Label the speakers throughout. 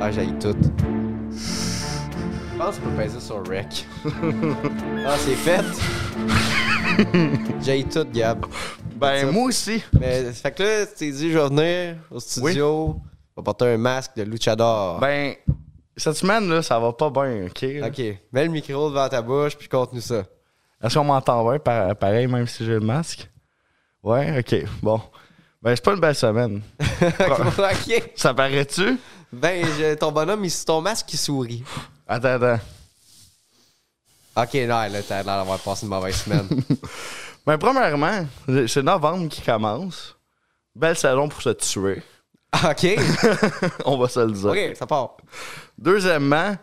Speaker 1: Ah, j'haïs tout. Je pense que je peux peser sur Rec. ah, c'est fait! j'haïs tout, Gab.
Speaker 2: Ben,
Speaker 1: Ça-
Speaker 2: moi aussi.
Speaker 1: Mais, ça fait que là, tu t'es dit, je vais venir au studio, je vais porter un masque de luchador.
Speaker 2: Ben, cette semaine, là, ça va pas bien, OK? là?
Speaker 1: ok, mets le micro devant ta bouche, puis compte-nous ça.
Speaker 2: Est-ce qu'on m'entend bien, par- pareil, même si j'ai le masque? Ouais, OK, bon. Ben, c'est pas une belle semaine.
Speaker 1: ok.
Speaker 2: Ça paraît-tu?
Speaker 1: Ben, je- ton bonhomme, il- c'est ton masque qui sourit.
Speaker 2: Attends, attends.
Speaker 1: Ok, non, là, t'as l'air d'avoir passé une mauvaise semaine.
Speaker 2: Ben, premièrement, c'est novembre qui commence. Belle saison pour se tuer.
Speaker 1: ok,
Speaker 2: On va se le dire.
Speaker 1: ok, ça part.
Speaker 2: Deuxièmement,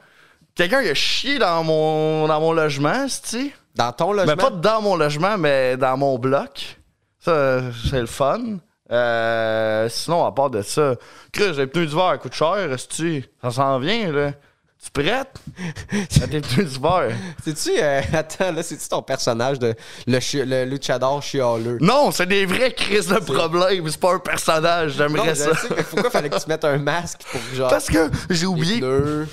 Speaker 2: quelqu'un qui a chié dans mon, dans mon logement, tu
Speaker 1: Dans ton
Speaker 2: Mais
Speaker 1: logement.
Speaker 2: Ben, pas dans mon logement, mais dans mon bloc. Ça, c'est le fun. Euh, sinon, à part de ça, Chris, les pneus d'hiver coûtent cher, tu Ça s'en vient, là. Tu prêtes à tes pneus d'hiver?
Speaker 1: C'est-tu. euh, attends, là, c'est-tu ton personnage de. Le, chi- le luchador chialeux?
Speaker 2: Non, c'est des vraies crises de problème. C'est pas un personnage,
Speaker 1: Non, je
Speaker 2: j'aimerais ça.
Speaker 1: sais, mais pourquoi fallait que tu mettes un masque pour que, genre.
Speaker 2: Parce que j'ai
Speaker 1: les
Speaker 2: oublié.
Speaker 1: pneus,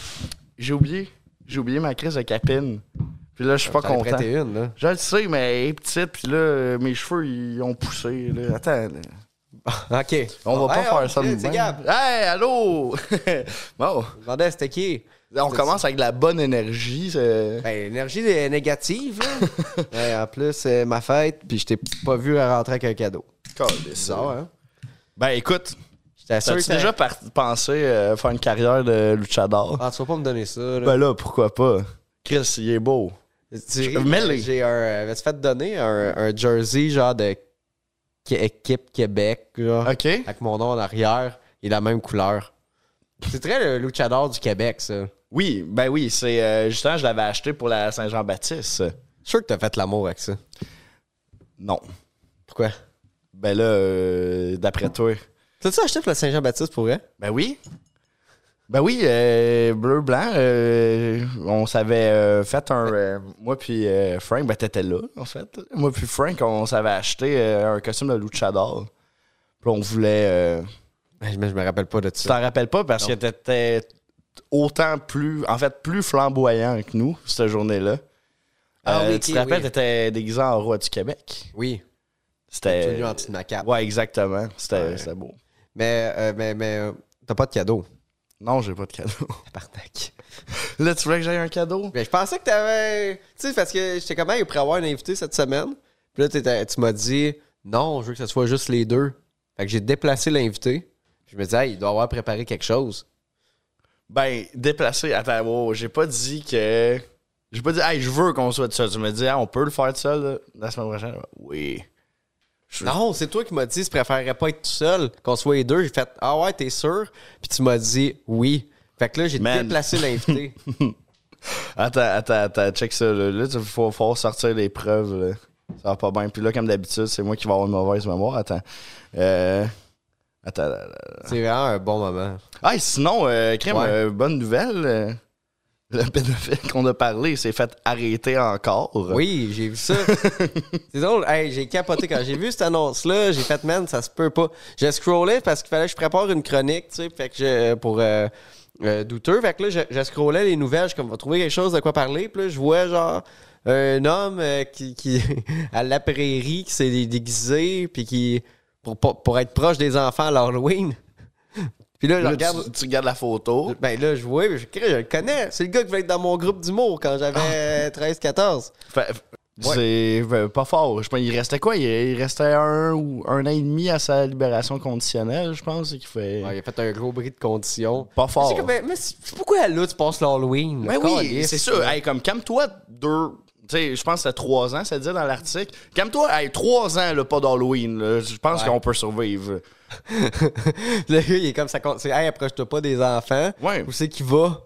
Speaker 2: J'ai oublié. J'ai oublié ma crise de capine. Puis là, je suis pas
Speaker 1: t'en as
Speaker 2: content.
Speaker 1: prêté une, là.
Speaker 2: Je le sais, mais elle est petite, puis là, euh, mes cheveux, ils ont poussé. Là. Attends, là.
Speaker 1: Ok.
Speaker 2: on va pas
Speaker 1: Hey,
Speaker 2: faire
Speaker 1: oh,
Speaker 2: ça de
Speaker 1: hey, C'est
Speaker 2: même.
Speaker 1: Gab.
Speaker 2: Hey, allô! bon,
Speaker 1: Je me demandais, c'était qui?
Speaker 2: on commence avec de la bonne énergie. c'est-
Speaker 1: Ben, l'énergie est négative, là. Ouais, en plus, c'est ma fête, puis je t'ai pas vu rentrer avec un cadeau. Bizarre, hein?
Speaker 2: Ben, écoute,
Speaker 1: J'étais sûr que
Speaker 2: as-tu déjà par- pensé euh, faire une carrière de luchador?
Speaker 1: Ah, tu vas pas me donner ça, là.
Speaker 2: Ben là, pourquoi pas? Chris, il est beau.
Speaker 1: Tu ris,
Speaker 2: mêlé.
Speaker 1: J'ai un. euh, Avais-tu fait donner un, un jersey, genre, de Qué- équipe Québec, genre?
Speaker 2: OK?
Speaker 1: avec mon nom en arrière et la même couleur. C'est très le luchador du Québec, ça.
Speaker 2: Oui, ben oui, c'est euh, justement, je l'avais acheté pour la Saint-Jean-Baptiste.
Speaker 1: Je suis sûr que t'as fait l'amour avec ça.
Speaker 2: Non.
Speaker 1: Pourquoi?
Speaker 2: Ben là, euh, d'après toi.
Speaker 1: T'as-tu acheté pour le Saint-Jean-Baptiste pour vrai?
Speaker 2: Ben oui. Ben oui, euh, bleu, blanc. euh, on s'avait euh, fait un. euh, moi puis euh, Frank, ben t'étais là, en fait. Moi puis Frank, on s'avait acheté euh, un costume de luchador. Puis on voulait. euh,
Speaker 1: Ben, Je me, je me rappelle pas de
Speaker 2: tu
Speaker 1: ça.
Speaker 2: t'en rappelles pas parce que t'étais autant plus. En fait, plus flamboyant que nous, cette journée-là. Euh,
Speaker 1: Ah oui,
Speaker 2: tu
Speaker 1: ok,
Speaker 2: te rappelles,
Speaker 1: oui.
Speaker 2: t'étais déguisé en roi du Québec.
Speaker 1: Oui, je
Speaker 2: C'était.
Speaker 1: l'ai eu en dessous de ma cape.
Speaker 2: Ouais, exactement. C'était c'était beau.
Speaker 1: Mais, euh, mais, mais euh, t'as pas de cadeau.
Speaker 2: Non, j'ai pas de cadeau.
Speaker 1: Tabarnak.
Speaker 2: Là, tu voulais que j'aille un cadeau?
Speaker 1: Mais Ben, je pensais que t'avais. Tu sais, parce que j'étais comment, il pourrait avoir un invité cette semaine. Puis là, t'étais- tu m'as dit non, je veux que ce soit juste les deux. Fait que j'ai déplacé l'invité. Je me disais, Hey, il doit avoir préparé quelque chose.
Speaker 2: Ben, déplacé. Attends, wow, j'ai pas dit que. J'ai pas dit, hey, je veux qu'on soit tout seul. Tu me dis, ah, on peut le faire tout seul là, la semaine prochaine. Oui. Je-
Speaker 1: Non, c'est toi qui m'as dit, je préférerais pas être tout seul, qu'on soit les deux. J'ai fait, ah ouais, t'es sûr? Puis tu m'as dit, oui. Fait que là, j'ai
Speaker 2: Man.
Speaker 1: déplacé l'invité.
Speaker 2: Attends, attends, attends, check ça. Là, là tu faut, faut sortir les preuves. là. Ça va pas bien. Puis là, comme d'habitude, c'est moi qui vais avoir une mauvaise mémoire. Attends. Euh, Attends. là, là.
Speaker 1: c'est vraiment un bon moment.
Speaker 2: Hey, sinon, euh, Crème,
Speaker 1: Ouais.
Speaker 2: euh, bonne nouvelle. euh, Le pédophile qu'on a parlé s'est fait arrêter encore.
Speaker 1: Oui, j'ai vu ça. c'est drôle. Hey, j'ai capoté quand j'ai vu cette annonce-là. J'ai fait, man, ça se peut pas. Je scrollais parce qu'il fallait que je prépare une chronique, tu sais, fait que je, pour euh, euh, douteux. Fait que là, je, je scrollais les nouvelles. Je suis comme, va trouver quelque chose de quoi parler. Puis là, je vois genre un homme euh, qui, qui à la prairie, qui s'est dé- déguisé, puis qui pour, pour, pour être proche des enfants à l'Halloween. puis là, je
Speaker 2: Là, tu-
Speaker 1: regarde.
Speaker 2: tu, regardes la photo.
Speaker 1: Ben là, je vois, mais je, je le connais. C'est le gars qui voulait être dans mon groupe d'humour quand
Speaker 2: Ah.
Speaker 1: j'avais 13-14.
Speaker 2: Fait- C'est euh, pas fort. Je pense, il restait quoi? Il, il restait un ou un an et demi à sa libération conditionnelle, je pense, et qui fait
Speaker 1: Ouais, il a fait un gros bris de conditions.
Speaker 2: pas fort.
Speaker 1: C'est comme, mais, mais c'est- pourquoi là tu passes l'Halloween?
Speaker 2: Oh. Ben
Speaker 1: Le
Speaker 2: oui,
Speaker 1: calice.
Speaker 2: c'est sûr. Hey, comme calme-toi deux. Tu sais, je pense que c'était trois ans, ça dit dans l'article. Calme-toi, hey, trois ans, là, pas d'Halloween. là. Je pense
Speaker 1: Ouais.
Speaker 2: qu'on peut survivre.
Speaker 1: Le gars, il est comme ça. compte- C'est, hey, approche-toi pas des enfants.
Speaker 2: Ouais.
Speaker 1: Où c'est qu'il va?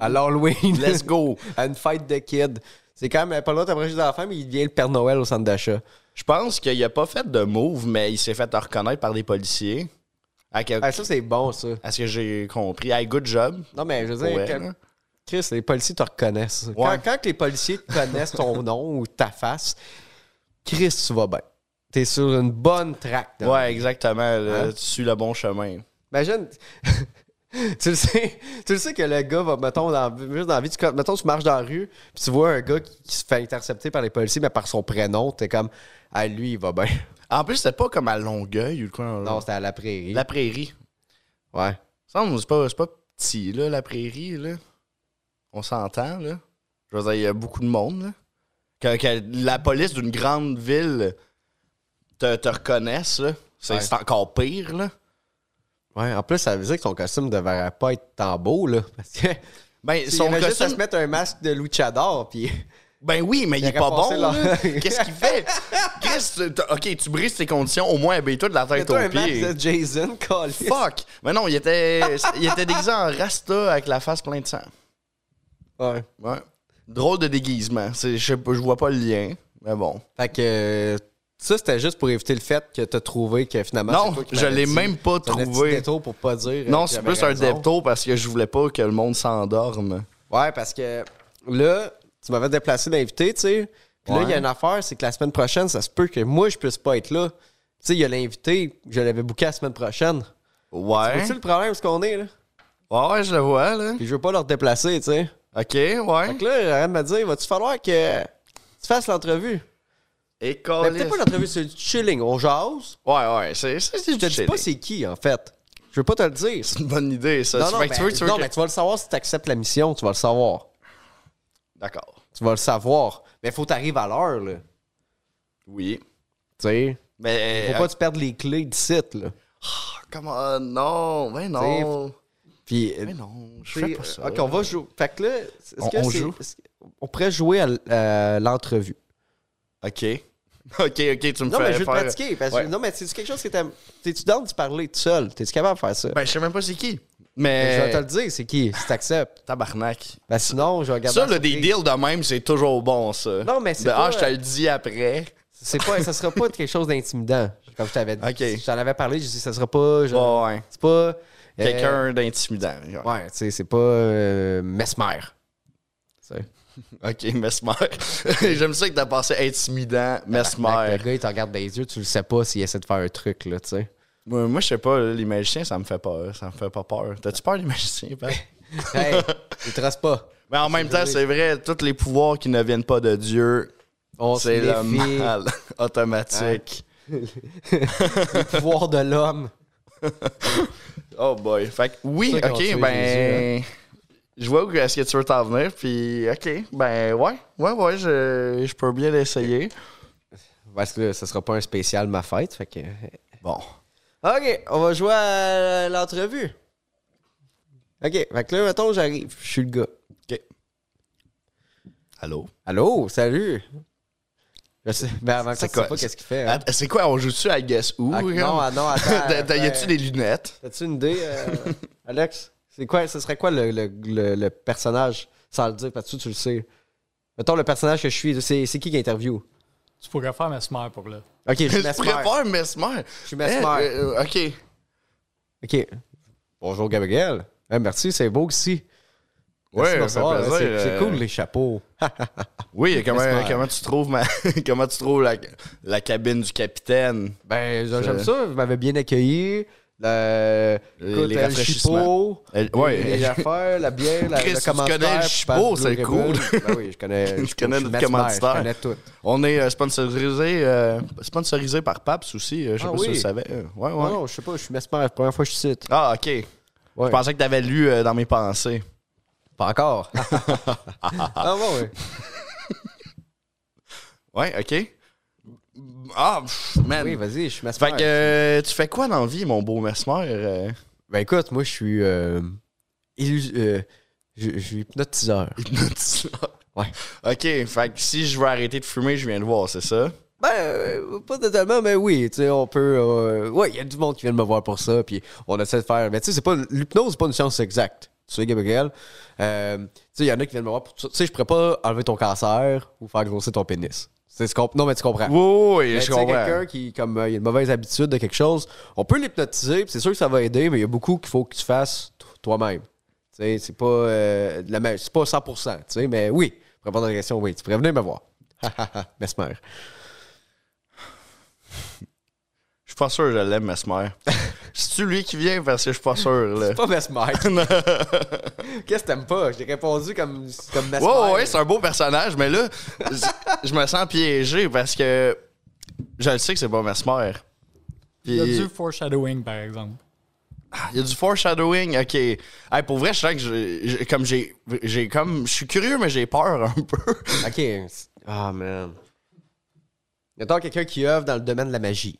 Speaker 1: À l'Halloween.
Speaker 2: Let's go.
Speaker 1: à une fête de kids. C'est quand même pas le droit d'approcher des enfants, mais il devient le Père Noël au centre d'achat.
Speaker 2: Je pense qu'il a pas fait de move, mais il s'est fait reconnaître par des policiers. À, quel-
Speaker 1: Ah, ça, c'est bon, ça.
Speaker 2: à ce que j'ai compris. Hey, good job.
Speaker 1: Non, mais je veux dire,
Speaker 2: Ouais,
Speaker 1: quand-
Speaker 2: là.
Speaker 1: Chris, les policiers te reconnaissent. Quand, quand que les policiers te connaissent ton nom ou ta face, Chris, tu vas bien. T'es sur une bonne traque. là.
Speaker 2: Ouais, exactement. là.
Speaker 1: Hein?
Speaker 2: Tu suis le bon chemin.
Speaker 1: Imagine. tu le sais, tu le sais que le gars va, mettons, dans, juste dans la vie, tu, mettons, tu marches dans la rue, puis tu vois un gars qui, qui se fait intercepter par les policiers, mais par son prénom, t'es comme, ah, lui, il va bien.
Speaker 2: En plus, c'était pas comme à Longueuil ou quoi.
Speaker 1: Non, c'était à la prairie.
Speaker 2: la prairie.
Speaker 1: Ouais.
Speaker 2: Ça, c'est pas, c'est pas petit, là, la prairie, là. On s'entend, là. Je veux dire, il y a beaucoup de monde, là. Que, que la police d'une grande ville te, te reconnaisse, là. C'est
Speaker 1: Ouais.
Speaker 2: c'est encore pire, là.
Speaker 1: Ouais, en plus, ça veut dire que son costume devrait pas être tant beau, là. Parce que.
Speaker 2: Ben,
Speaker 1: Son
Speaker 2: son
Speaker 1: costume... juste à
Speaker 2: costume-
Speaker 1: se mettre un masque de luchador, puis.
Speaker 2: Ben oui, mais il, est
Speaker 1: aurait
Speaker 2: pas bon.
Speaker 1: passé leur-
Speaker 2: là. Qu'est-ce qu'il fait? Qu'est-ce que t'as- OK, tu brises tes conditions, au moins habille-toi de la tête
Speaker 1: Mets-toi
Speaker 2: aux
Speaker 1: un
Speaker 2: pieds.
Speaker 1: masque de Jason, Collis.
Speaker 2: Fuck! Mais non, il était, il était déguisé en rasta avec la face pleine de sang.
Speaker 1: Ouais.
Speaker 2: Ouais. Drôle de déguisement. C'est- Je sais pas, je vois pas le lien, mais bon.
Speaker 1: Fait que. euh, Ça, c'était juste pour éviter le fait que t'as trouvé que finalement. c'est
Speaker 2: Non,
Speaker 1: toi qui
Speaker 2: je
Speaker 1: m'avais
Speaker 2: l'ai
Speaker 1: dit.
Speaker 2: même pas
Speaker 1: C'est un petit
Speaker 2: trouvé.
Speaker 1: détour pour pas dire. euh,
Speaker 2: Non,
Speaker 1: que
Speaker 2: c'est
Speaker 1: j'avais
Speaker 2: plus un
Speaker 1: raison.
Speaker 2: depto parce que je voulais pas que le monde s'endorme.
Speaker 1: Ouais, parce que là, tu m'avais déplacé d'invité, tu sais. Puis là, il y a
Speaker 2: Ouais.
Speaker 1: une affaire, c'est que la semaine prochaine, ça se peut que moi, je puisse pas être là. Tu sais, il y a l'invité, je l'avais booké la semaine prochaine.
Speaker 2: Ouais.
Speaker 1: C'est le problème, ce qu'on est, là.
Speaker 2: Ouais, ouais, je le vois, là.
Speaker 1: Puis je veux pas leur déplacer, tu sais.
Speaker 2: OK, ouais.
Speaker 1: Donc là, arrête de me dire, va-tu falloir que tu fasses l'entrevue?
Speaker 2: Et
Speaker 1: Mais
Speaker 2: câlisse.
Speaker 1: peut-être pas l'entrevue, c'est le chilling. On jase.
Speaker 2: Ouais, ouais, c'est c'est- c'est
Speaker 1: Je te dis pas c'est qui, en fait. Je veux pas te le dire.
Speaker 2: c'est une bonne idée, ça.
Speaker 1: Non,
Speaker 2: Tu
Speaker 1: non,
Speaker 2: fais
Speaker 1: mais,
Speaker 2: que tu veux- tu veux
Speaker 1: non,
Speaker 2: que-
Speaker 1: mais tu vas le savoir si tu acceptes la mission. Tu vas le savoir.
Speaker 2: D'accord.
Speaker 1: Tu vas le savoir. Mais faut t'arriver à l'heure, là.
Speaker 2: Oui.
Speaker 1: Tu sais.
Speaker 2: Mais.
Speaker 1: Faut pas que tu perdes les clés du site, là.
Speaker 2: Come on, non, mais non.
Speaker 1: Puis, euh,
Speaker 2: Mais non, je
Speaker 1: tu
Speaker 2: fais
Speaker 1: sais,
Speaker 2: pas ça.
Speaker 1: OK, on va jouer. Fait que là, est-ce
Speaker 2: On-
Speaker 1: que
Speaker 2: on
Speaker 1: c'est-
Speaker 2: joue?
Speaker 1: est-ce que- on pourrait jouer à l- à l'entrevue.
Speaker 2: OK. OK, OK, tu me
Speaker 1: Non,
Speaker 2: fais
Speaker 1: mais je veux te
Speaker 2: faire...
Speaker 1: pratiquer. Parce que,
Speaker 2: Ouais.
Speaker 1: Non, mais c'est quelque chose que t'aimes. T'es-tu dans de parler tout seul? T'es-tu capable de faire ça?
Speaker 2: Ben, euh, je sais même pas c'est
Speaker 1: Je
Speaker 2: qui.
Speaker 1: vais
Speaker 2: Mais...
Speaker 1: te le dire, c'est qui, si t'acceptes.
Speaker 2: Tabarnak.
Speaker 1: Ben sinon, je vais regarder.
Speaker 2: Ça,
Speaker 1: la
Speaker 2: là, des
Speaker 1: surprise.
Speaker 2: deals de même, c'est toujours bon, ça.
Speaker 1: Non, mais c'est
Speaker 2: Ben,
Speaker 1: pas- euh,
Speaker 2: Ah, je te le dis après.
Speaker 1: C'est pas, ça sera pas quelque chose d'intimidant. Comme je t'avais dit.
Speaker 2: Ok.
Speaker 1: Je t'en avais parlé, je dis, ça sera pas. je-
Speaker 2: Ouais, ouais.
Speaker 1: C'est pas. euh,
Speaker 2: Quelqu'un d'intimidant. genre.
Speaker 1: ouais, tu sais, c'est pas. euh, mesmer. Tu sais.
Speaker 2: OK, mesmer. J'aime ça que t'as passé intimidant,
Speaker 1: Le
Speaker 2: mesmer.
Speaker 1: gars, il te regarde dans les yeux, tu le sais pas s'il essaie de faire un truc, là, tu sais.
Speaker 2: Moi, moi, je sais pas, là, les magiciens, ça me fait peur. Ça me fait pas peur. T'as-tu peur, les magiciens, Pat?
Speaker 1: Hey, il te reste pas.
Speaker 2: Mais en même temps,
Speaker 1: vrai.
Speaker 2: c'est vrai, tous les pouvoirs qui ne viennent pas de Dieu,
Speaker 1: On se
Speaker 2: c'est le
Speaker 1: méfie
Speaker 2: mal automatique.
Speaker 1: du pouvoir de l'homme.
Speaker 2: Oh boy. Fait que oui,
Speaker 1: C'est ça qu'on tue,
Speaker 2: ok,
Speaker 1: hein.
Speaker 2: ben. Je vois où est-ce que tu veux t'en venir, puis ok, ben ouais, ouais, ouais, je, je peux bien l'essayer.
Speaker 1: Parce que là, ça sera pas un spécial ma fête, fait que. OK,
Speaker 2: Bon.
Speaker 1: on va jouer à l'entrevue. OK, fait que là, mettons, j'arrive. Je suis le gars.
Speaker 2: Allô?
Speaker 1: Allô, salut. Je sais, mais avant que
Speaker 2: C'est
Speaker 1: tu sais
Speaker 2: quoi?
Speaker 1: pas qu'est-ce qu'il fait. hein.
Speaker 2: Att- C'est quoi, on joue-tu Euh. à Guess Who?
Speaker 1: Ah, non,
Speaker 2: genre?
Speaker 1: ah, non, attends,
Speaker 2: T'as- t'as- y
Speaker 1: ouais.
Speaker 2: a-tu des lunettes?
Speaker 1: T'as-tu une idée, euh, Alex? C'est quoi, ce serait quoi le, le- le- le personnage, sans le dire, parce que toi, tu le sais. Mettons, le personnage que je suis, c'est, c'est qui qui interview?
Speaker 3: Tu pourrais faire ma mères pour là.
Speaker 1: OK, je suis
Speaker 2: Je
Speaker 1: Mesmer.
Speaker 2: préfère Mesmer.
Speaker 1: Je suis Mesmer.
Speaker 2: Eh, euh, ok.
Speaker 1: OK. Bonjour, Gabriel. Eh, merci, c'est beau ici. Merci
Speaker 2: Ouais,
Speaker 1: de me
Speaker 2: ça fait
Speaker 1: recevoir,
Speaker 2: plaisir,
Speaker 1: c'est, c'est
Speaker 2: euh,
Speaker 1: cool, les chapeaux.
Speaker 2: Oui, comment,
Speaker 1: Mesmer.
Speaker 2: comment tu trouves, ma- comment tu trouves la, la cabine du capitaine?
Speaker 1: Ben,
Speaker 2: C'est-
Speaker 1: j'aime ça. Vous m'avez bien accueilli. Le,
Speaker 2: Les-
Speaker 1: écoute,
Speaker 2: les
Speaker 1: euh, le
Speaker 2: rafraîchissements.
Speaker 1: chipot,
Speaker 2: Euh, ouais.
Speaker 1: les, les affaires, la bière, la,
Speaker 2: Chris,
Speaker 1: le
Speaker 2: tu
Speaker 1: commentaire.
Speaker 2: connais le
Speaker 1: puis
Speaker 2: chipot,
Speaker 1: passe
Speaker 2: c'est
Speaker 1: Blue
Speaker 2: cool.
Speaker 1: Ribbon. Ben oui, je connais, je,
Speaker 2: Tu connais
Speaker 1: je suis
Speaker 2: le
Speaker 1: Mesmer,
Speaker 2: commanditaire.
Speaker 1: Je connais tout.
Speaker 2: On est euh, sponsorisé, euh, sponsorisé par Paps aussi. euh, je sais
Speaker 1: Ah
Speaker 2: pas
Speaker 1: oui.
Speaker 2: si tu le savais. euh, ouais, ouais.
Speaker 1: Non, non, je sais pas, je suis Mesmer, première fois que je cite.
Speaker 2: Ah, OK.
Speaker 1: Ouais.
Speaker 2: Je pensais que tu avais lu euh, dans mes pensées.
Speaker 1: Pas encore. ah bon, oui.
Speaker 2: Ouais, OK. Ah, pff, man.
Speaker 1: Oui, vas-y, je suis Mesmer.
Speaker 2: fait que euh, tu fais quoi dans la vie, mon beau mesmer? euh,
Speaker 1: Ben écoute, moi, je suis... euh, illu- euh, je, je suis hypnotiseur.
Speaker 2: hypnotiseur?
Speaker 1: Ouais.
Speaker 2: OK, fait que si je veux arrêter de fumer, je viens te voir, c'est ça?
Speaker 1: Ben, euh, pas totalement, mais oui, tu sais, on peut... euh, ouais, il y a du monde qui vient de me voir pour ça, puis on essaie de faire... Mais tu sais, c'est pas... L'hypnose, c'est pas une science exacte. Tu sais, Gabriel, Euh, tu sais, il y en a qui viennent me voir pour ça. Tu sais, je pourrais pas enlever ton cancer ou faire grossir ton pénis. C'est ce qu'on... Non, mais tu comprends.
Speaker 2: Oui, oui,
Speaker 1: Mais
Speaker 2: je
Speaker 1: tu sais,
Speaker 2: comprends.
Speaker 1: quelqu'un qui comme, euh, il a une mauvaise habitude de quelque chose, on peut l'hypnotiser, puis c'est sûr que ça va aider, mais il y a beaucoup qu'il faut que tu fasses to- toi-même. Tu sais, C'est pas, euh, de la ma- c'est pas 100%, tu sais, mais oui, pour répondre à la question, oui, tu pourrais venir me voir. Mesmer.
Speaker 2: Je suis pas sûr que je l'aime, mesmer. C'est-tu lui qui vient parce que je suis pas sûr, là?
Speaker 1: C'est pas Mesmer. Qu'est-ce que t'aimes pas? Je t'ai répondu comme, comme Mesmer.
Speaker 2: Ouais, ouais, ouais, c'est un beau personnage, mais là, je- je me sens piégé parce que je le sais que c'est pas Mesmer. Puis-
Speaker 3: Il y a du foreshadowing, par exemple.
Speaker 2: Il Ah, y a du foreshadowing, ok. Hey, pour vrai, je sens que je- je- comme j'ai, j'ai comme, je suis curieux, mais j'ai peur un peu.
Speaker 1: Ok. c'est- Ah, man. Mettons quelqu'un qui œuvre dans le domaine de la magie.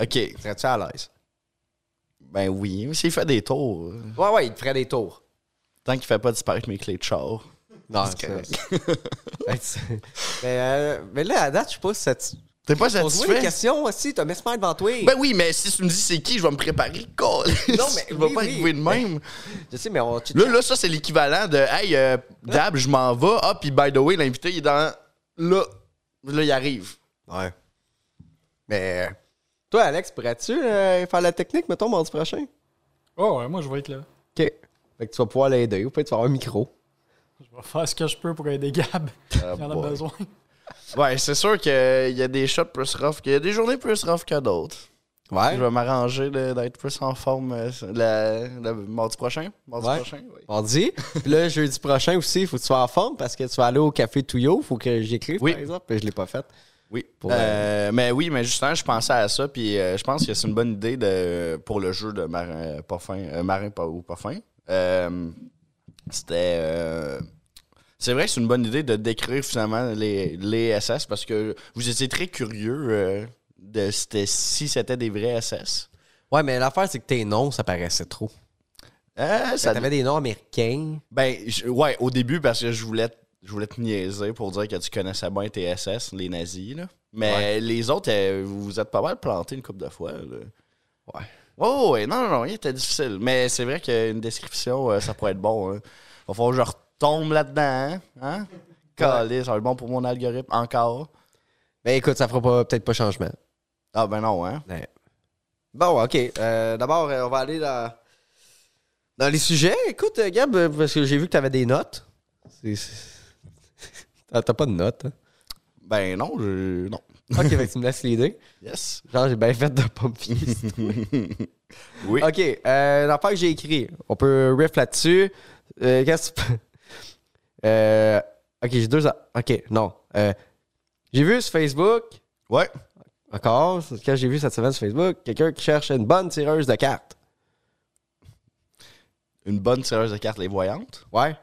Speaker 2: Ok,
Speaker 1: Serais-tu à l'aise?
Speaker 2: ben oui, mais s'il fait des tours, euh,
Speaker 1: Ouais, ouais, il te ferait des tours.
Speaker 2: tant qu'il fait pas disparaître mes clés de char.
Speaker 1: Non, c'est Ben, tu- mais, euh, mais là, à date, je sais pas si ça te-
Speaker 2: T'es pas
Speaker 1: Pose-moi des
Speaker 2: satisfait?
Speaker 1: questions aussi, t'as Mesmer devant toi.
Speaker 2: Ben oui, mais si tu me dis c'est qui, je vais me préparer. Non,
Speaker 1: mais
Speaker 2: je vais
Speaker 1: oui, Ben,
Speaker 2: pas
Speaker 1: oui.
Speaker 2: arriver de même.
Speaker 1: Je sais, mais on. chit-
Speaker 2: Là, là, ça, c'est l'équivalent de Hey, euh, Dab, je m'en vais. Ah, puis by the way, l'invité, il est dans. Là, là, il arrive.
Speaker 1: Ouais. Mais. euh, Toi, Alex, pourrais-tu euh, faire la technique, mettons, mardi prochain?
Speaker 3: Oh, ouais, moi, je vais être là.
Speaker 1: OK. Fait que tu vas pouvoir l'aider ou peut-être tu vas avoir un micro.
Speaker 3: Je vais faire ce que je peux pour aider Gab. Il en
Speaker 2: boy.
Speaker 3: a besoin.
Speaker 2: Ouais, c'est sûr qu'il y a des shots plus rough, qu'il y a des journées plus rough que d'autres.
Speaker 1: Ouais.
Speaker 2: Je vais m'arranger de- d'être plus en forme euh, le, le mardi prochain. Mardi
Speaker 1: Ouais.
Speaker 2: prochain, oui.
Speaker 1: Mardi. Puis là, jeudi prochain aussi, il faut que tu sois en forme parce que tu vas aller au café Touillot. Il faut que j'écrive,
Speaker 2: Oui.
Speaker 1: par exemple. Puis je l'ai pas fait.
Speaker 2: Oui.
Speaker 1: Pour,
Speaker 2: Euh, mais oui, mais justement, je pensais à ça, puis euh, je pense que c'est une bonne idée de, pour le jeu de Marin pas fin, euh, Marin pas, ou pas fin. Euh, C'était. euh, c'est vrai que c'est une bonne idée de décrire finalement les, les SS parce que vous étiez très curieux euh, de c'était- si c'était des vrais SS.
Speaker 1: Ouais, mais l'affaire, c'est que tes noms, ça paraissait trop.
Speaker 2: Euh, ça,
Speaker 1: T'avais des noms américains.
Speaker 2: Ben, je- ouais, au début, parce que je voulais, te- je voulais te niaiser pour dire que tu connaissais bien tes SS, les nazis, là. Mais les autres, euh, vous vous êtes pas mal plantés une couple de fois, là. Ouais. Oh, ouais, non, non, non, il était difficile. Mais c'est vrai qu'une description, euh, ça pourrait être bon. hein. Va falloir que je retombe là-dedans, hein? hein? Calé, ça va être bon pour mon algorithme, encore.
Speaker 1: Ben écoute, ça fera pas- peut-être pas changement.
Speaker 2: Ah, ben non, hein?
Speaker 1: Ouais. Bon, OK. Euh, D'abord, euh, on va aller dans, dans les sujets. Écoute, euh, Gab, euh, parce que j'ai vu que tu avais des notes. C'est- c'est- T'as t'as pas de notes. hein?
Speaker 2: Ben non, je... non.
Speaker 1: OK, fait que tu me laisses l'idée.
Speaker 2: Yes.
Speaker 1: Genre, j'ai bien fait de pas me fier.
Speaker 2: Oui.
Speaker 1: OK, euh, l'affaire que j'ai écrit, on peut riff là-dessus. Euh, Qu'est-ce que tu peux- Euh, OK, j'ai deux... a- OK, non. Euh, j'ai vu sur Facebook,
Speaker 2: Ouais.
Speaker 1: encore, c'est quand j'ai vu cette semaine sur Facebook, quelqu'un qui cherche une bonne tireuse de cartes.
Speaker 2: Une bonne tireuse de cartes, les voyantes.
Speaker 1: Ouais.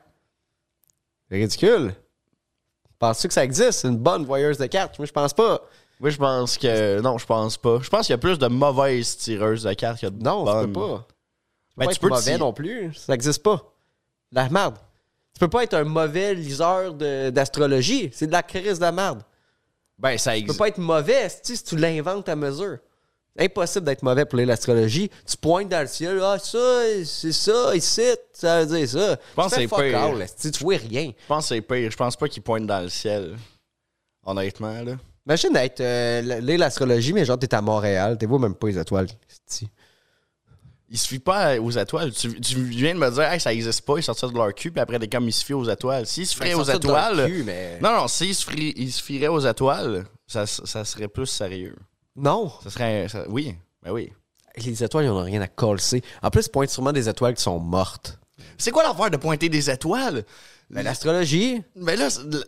Speaker 1: C'est ridicule. Penses-tu que ça existe, une bonne voyeuse de cartes? Moi, je pense pas.
Speaker 2: Oui, je pense que. Non, je pense pas. Je pense qu'il y a plus de mauvaises tireuses de cartes que de
Speaker 1: Non, tu
Speaker 2: bonnes.
Speaker 1: peux pas. Tu peux
Speaker 2: Ben,
Speaker 1: pas
Speaker 2: tu
Speaker 1: être
Speaker 2: peux
Speaker 1: mauvais
Speaker 2: t'y-
Speaker 1: non plus. Ça n'existe pas. La merde. Tu peux pas être un mauvais liseur de- d'astrologie. C'est de la crise de la merde.
Speaker 2: Ben, ça
Speaker 1: Tu peux
Speaker 2: existe.
Speaker 1: pas être mauvais si tu l'inventes à mesure. Impossible d'être mauvais pour lire l'astrologie. Tu pointes dans le ciel, ah, ça, c'est ça, ici, ça veut dire ça. Je
Speaker 2: pense que c'est
Speaker 1: fuck
Speaker 2: pire.
Speaker 1: all, esti, tu vois rien.
Speaker 2: Je pense que c'est pire. Je pense pas qu'ils pointent dans le ciel. Honnêtement, là.
Speaker 1: Imagine être euh, l- lire l'astrologie, mais genre t'es à Montréal, t'es vois même pas les étoiles. esti.
Speaker 2: Il suffit pas aux étoiles. Tu, tu viens de me dire, hey, ça existe pas, ils sortent ça de leur cul, puis après, des comme, ils se fient aux étoiles. S'ils se
Speaker 1: Ben,
Speaker 2: fieraient
Speaker 1: ils
Speaker 2: aux
Speaker 1: sortent ça de leur
Speaker 2: étoiles.
Speaker 1: cul, mais-
Speaker 2: Non, non, s'ils se, fri- ils se fieraient aux étoiles, ça, ça serait plus sérieux.
Speaker 1: Non,
Speaker 2: Ça serait. ça- Oui, ben oui.
Speaker 1: les étoiles, ils n'en ont rien à colser. En plus, ils pointent sûrement des étoiles qui sont mortes.
Speaker 2: C'est quoi l'affaire de pointer des étoiles?
Speaker 1: Mais Ben, l'astrologie,
Speaker 2: Mais là, c'est de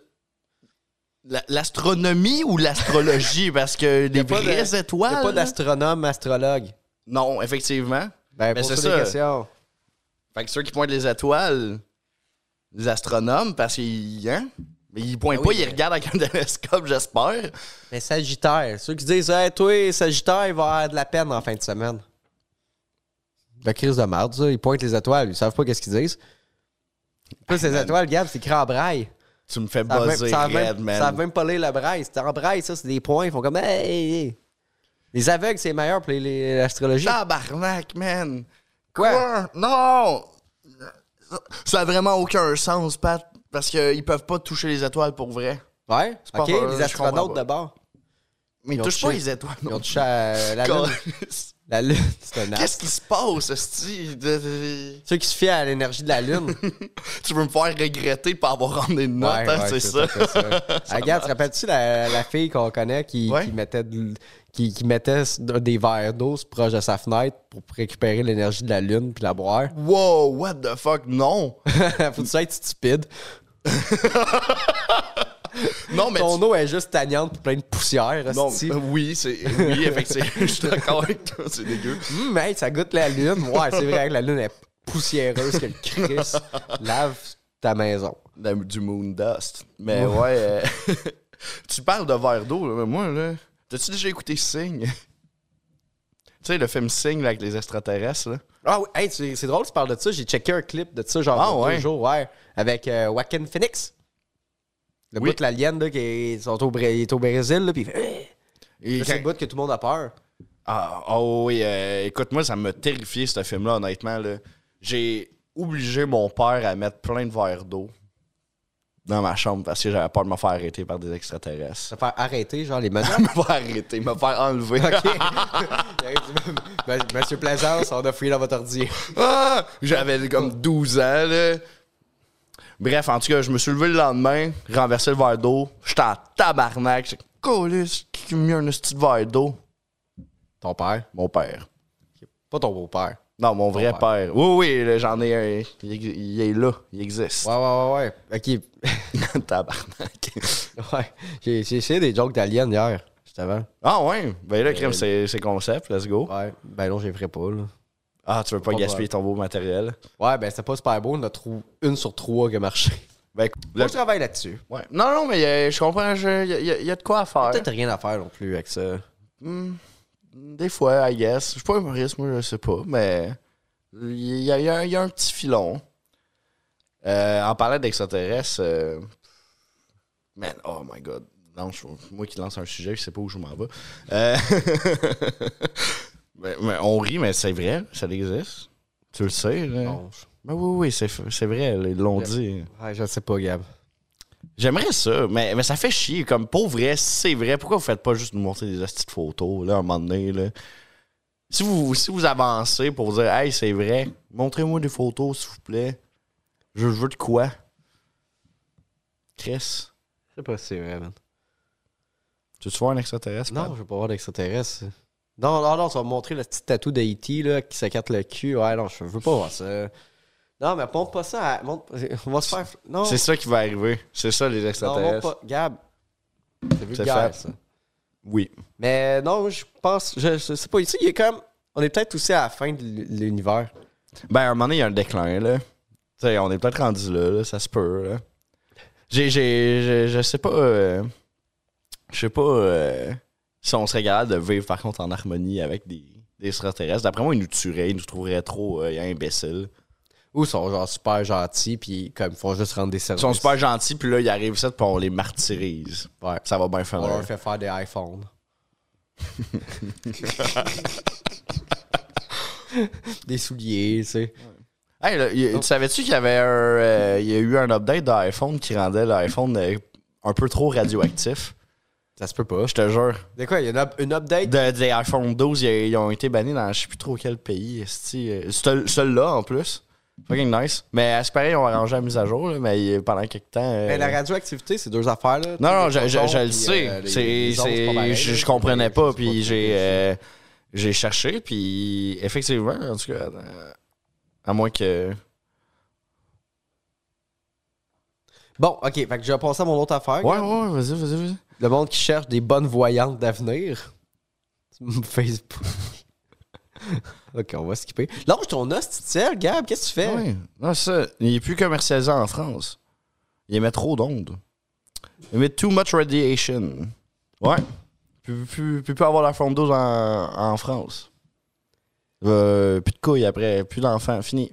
Speaker 2: la- l'astronomie ou l'astrologie? Parce que les
Speaker 1: pas
Speaker 2: vraies
Speaker 1: de- il
Speaker 2: étoiles. hein?
Speaker 1: n'y a pas d'astronome, astrologue.
Speaker 2: non, effectivement.
Speaker 1: Ben,
Speaker 2: Mais
Speaker 1: pour
Speaker 2: c'est
Speaker 1: ça,
Speaker 2: ça.
Speaker 1: les questions.
Speaker 2: Fait que ceux qui pointent les étoiles, les astronomes, parce qu'ils. Hein? Mais ils pointent
Speaker 1: Ah
Speaker 2: pas,
Speaker 1: oui,
Speaker 2: ils
Speaker 1: mais-
Speaker 2: regardent avec un télescope, j'espère.
Speaker 1: Mais Ben, Sagittaire, ceux qui disent, hey, toi, Sagittaire, il va avoir de la peine en fin de semaine. La crise de merde, ça. Ils pointent les étoiles, ils savent pas qu'est-ce qu'ils disent. En Plus les étoiles, regarde, c'est écrit en braille.
Speaker 2: Tu me fais
Speaker 1: Ça veut
Speaker 2: buzzer,
Speaker 1: ça veut-
Speaker 2: Red, man.
Speaker 1: ça veut même pas lire le braille. C'est en braille, ça, c'est des points. Ils font comme. Hey, hey, hey. Les aveugles, c'est meilleur pour les- les- l'astrologie.
Speaker 2: Ah, Tabarnak, man.
Speaker 1: Quoi?
Speaker 2: Non! Ça a vraiment aucun sens, Pat. Parce qu'ils peuvent pas toucher les étoiles pour vrai.
Speaker 1: Ouais,
Speaker 2: pas
Speaker 1: ok,
Speaker 2: vrai,
Speaker 1: les
Speaker 2: je comprends
Speaker 1: astronautes
Speaker 2: pas.
Speaker 1: d'abord.
Speaker 2: Mais ils,
Speaker 1: Ils ont
Speaker 2: touchent pas
Speaker 1: touché-
Speaker 2: les étoiles.
Speaker 1: Ils
Speaker 2: non
Speaker 1: ont touché à la lune.
Speaker 2: Calisse.
Speaker 1: La lune, c'est un astre.
Speaker 2: Qu'est-ce qui se passe, hostie? De- de-
Speaker 1: Ceux qui se fient à l'énergie de la lune.
Speaker 2: Tu veux me faire regretter de pas avoir rendu une note,
Speaker 1: Ouais,
Speaker 2: hein,
Speaker 1: ouais,
Speaker 2: c'est
Speaker 1: tout
Speaker 2: ça?
Speaker 1: à fait ça. Regarde, te rappelles-tu la, la fille qu'on connaît qui,
Speaker 2: Ouais.
Speaker 1: qui mettait, de- qui, qui mettait s- des verres d'eau proche de sa fenêtre pour récupérer l'énergie de la lune puis la boire?
Speaker 2: Wow, what the fuck? Non!
Speaker 1: Faut-tu être stupide?
Speaker 2: Non, mais
Speaker 1: Ton eau est juste tagnante puis pleine de poussière.
Speaker 2: tu- Non,
Speaker 1: hostie.
Speaker 2: euh, oui, c'est. Oui, effectivement. Je suis d'accord avec toi, c'est dégueu.
Speaker 1: Hum, hey, ça goûte la lune. Ouais, c'est vrai que la lune est poussiéreuse que le Christ. Lave ta maison.
Speaker 2: La- du moon dust. Mais ouais. euh, tu parles de verre d'eau, là, mais moi, là. T'as-tu déjà écouté Sing? tu sais, le film Sing là, avec les extraterrestres, là.
Speaker 1: Ah oui, hey, tu- c'est drôle, tu parles de ça. J'ai checké un clip de ça, genre, il
Speaker 2: Ah
Speaker 1: y a deux
Speaker 2: ouais?
Speaker 1: jours, ouais, avec euh, Joaquin Phoenix. Le
Speaker 2: Oui.
Speaker 1: bout de l'alien, là, qui est, sont au, Bré- il est au Brésil, là, puis il fait.
Speaker 2: Et
Speaker 1: Eh! C'est
Speaker 2: quand-
Speaker 1: le bout que tout le monde a peur.
Speaker 2: Ah, oh oui, euh, écoute, moi, ça m'a terrifié, ce film-là, honnêtement. là. J'ai obligé mon père à mettre plein de verres d'eau dans ma chambre parce que j'avais peur de me faire arrêter par des extraterrestres.
Speaker 1: Se faire arrêter, genre, les menaces.
Speaker 2: me faire arrêter, me faire enlever.
Speaker 1: OK. Il arrive, il dit, Ben, Monsieur Plaisance, on a fouillé dans votre ordi.
Speaker 2: Ah! J'avais comme 12 ans, là. Bref, en tout cas, je me suis levé le lendemain, renversé le verre d'eau. J'étais en tabarnak. J'ai Colis, qui m'a mis un petit verre d'eau?
Speaker 1: Ton père.
Speaker 2: Mon père.
Speaker 1: Pas ton beau-père.
Speaker 2: Non, mon vrai
Speaker 1: père.
Speaker 2: père. Oui, oui, là, j'en ai un. Il, ex- il est là. Il existe.
Speaker 1: Ouais, ouais, ouais, ouais.
Speaker 2: tabarnak.
Speaker 1: OK. ouais. J'ai j'ai essayé des jokes d'alien hier, juste avant.
Speaker 2: Ah ouais? Ben là, crème, c'est c'est concept. Let's go.
Speaker 1: Ouais. Ben non, je les ferai pas, là.
Speaker 2: Ah, tu veux pas
Speaker 1: Pas
Speaker 2: gaspiller ton beau matériel?
Speaker 1: Ouais, ben c'était pas super beau. On a trou- une sur trois qui a marché.
Speaker 2: Ben, écoute, le-
Speaker 1: Moi, je travaille là-dessus.
Speaker 2: ouais. Non, non, mais euh, je comprends. je- Il y, a- il y a- il y a de quoi à faire.
Speaker 1: Peut-être rien à faire non plus avec ça.
Speaker 2: Hmm. Des fois, I guess. Je suis pas humoriste, moi, je sais pas, mais il y a, il y a- il y a un petit filon. Euh, en parlant d'extraterrestres, euh, man, oh my god. Non, je- moi qui lance un sujet, je sais pas où je m'en vais. Euh, mais- mais on rit, mais c'est vrai, ça existe. Tu le sais, là.
Speaker 1: Non, je-
Speaker 2: Mais oui, oui, c'est c'est vrai, là, ils l'ont dit.
Speaker 1: Ouais, je sais pas, Gab.
Speaker 2: J'aimerais ça, mais, mais ça fait chier. Comme pour vrai, si c'est vrai, pourquoi vous faites pas juste nous montrer des petites photos, là, à un moment donné, là? Si vous, si vous avancez pour dire, hey, c'est vrai, montrez-moi des photos, s'il vous plaît. Je, je veux de quoi? Chris,
Speaker 1: Je sais pas si c'est vrai, man.
Speaker 2: tu veux voir un extraterrestre?
Speaker 1: Non,
Speaker 2: Pat?
Speaker 1: je veux pas voir d'extraterrestre. Non, non, non, tu vas me montrer le petit tatou de E.T. là, qui s'écarte le cul. Ouais, non, je veux pas voir ça. Non, mais montre pas ça. à- montre- On va se faire. Non,
Speaker 2: C'est ça qui va arriver. C'est ça, les
Speaker 1: non montre
Speaker 2: extraterrestres.
Speaker 1: pas. Gab, c'est vulgaire,
Speaker 2: fait.
Speaker 1: ça.
Speaker 2: Oui.
Speaker 1: Mais non, je pense. Je, je sais pas. Ici, il est comme. On est peut-être aussi à la fin de l'univers.
Speaker 2: Ben, à un moment donné, il y a un déclin, là. Tu sais, on est peut-être rendu là, là, ça se peut, là. J'ai, j'ai, j'ai- je sais pas. euh, je sais pas euh, si on serait capable de vivre, par contre, en harmonie avec des, des extraterrestres. D'après moi, ils nous tueraient, ils nous trouveraient trop euh, imbéciles.
Speaker 1: Ou ils sont genre super gentils, puis comme ils font juste rendre des services.
Speaker 2: Ils sont super gentils, puis là, ils arrivent ça, puis on les martyrise.
Speaker 1: Ouais.
Speaker 2: Ça va bien faire.
Speaker 1: On leur fait faire des iPhones. des souliers, tu sais.
Speaker 2: Hey, là, y- tu savais-tu qu'il y avait un, euh, il y a eu un update d'iPhone qui rendait l'iPhone euh, un peu trop radioactif?
Speaker 1: Ça se peut pas.
Speaker 2: Je te jure.
Speaker 1: De quoi, il y a une, up- une update?
Speaker 2: De, des iPhone 12, ils, ils ont été bannis dans je sais plus trop quel pays. esti. Euh, Celui- Celui-là, en plus. Fucking nice. Mais à ce pareil, ils ont arrangé la mise à jour, là, mais euh, pendant quelques temps. euh,
Speaker 1: Mais la radioactivité, c'est deux affaires, là.
Speaker 2: non, non,
Speaker 1: Les
Speaker 2: je, je-
Speaker 1: photons,
Speaker 2: je le
Speaker 1: puis,
Speaker 2: sais.
Speaker 1: euh, les-
Speaker 2: C'est-
Speaker 1: les ondes,
Speaker 2: c'est-
Speaker 1: c'est pas pareil,
Speaker 2: je,
Speaker 1: là.
Speaker 2: je comprenais pas,
Speaker 1: C'est
Speaker 2: puis
Speaker 1: trop
Speaker 2: j'ai
Speaker 1: compliqué.
Speaker 2: euh, j'ai cherché, puis effectivement, en tout cas, euh, à moins que.
Speaker 1: Bon, ok, fait que je vais passer à mon autre affaire.
Speaker 2: Ouais, ouais,
Speaker 1: Gab.
Speaker 2: ouais, vas-y, vas-y, vas-y.
Speaker 1: Le monde qui cherche des bonnes voyantes d'avenir. Facebook. ok, on va skipper. Lâche ton hostie de sel, Gab, qu'est-ce que tu fais?
Speaker 2: Ah Ouais. Non, c'est ça. Il est plus commercialisé en France. Il émet trop d'ondes. Il émet too much radiation. Ouais. Plus, plus, plus, plus avoir la forme d'ose en, en France. Euh, plus de couilles après, plus d'enfants, fini.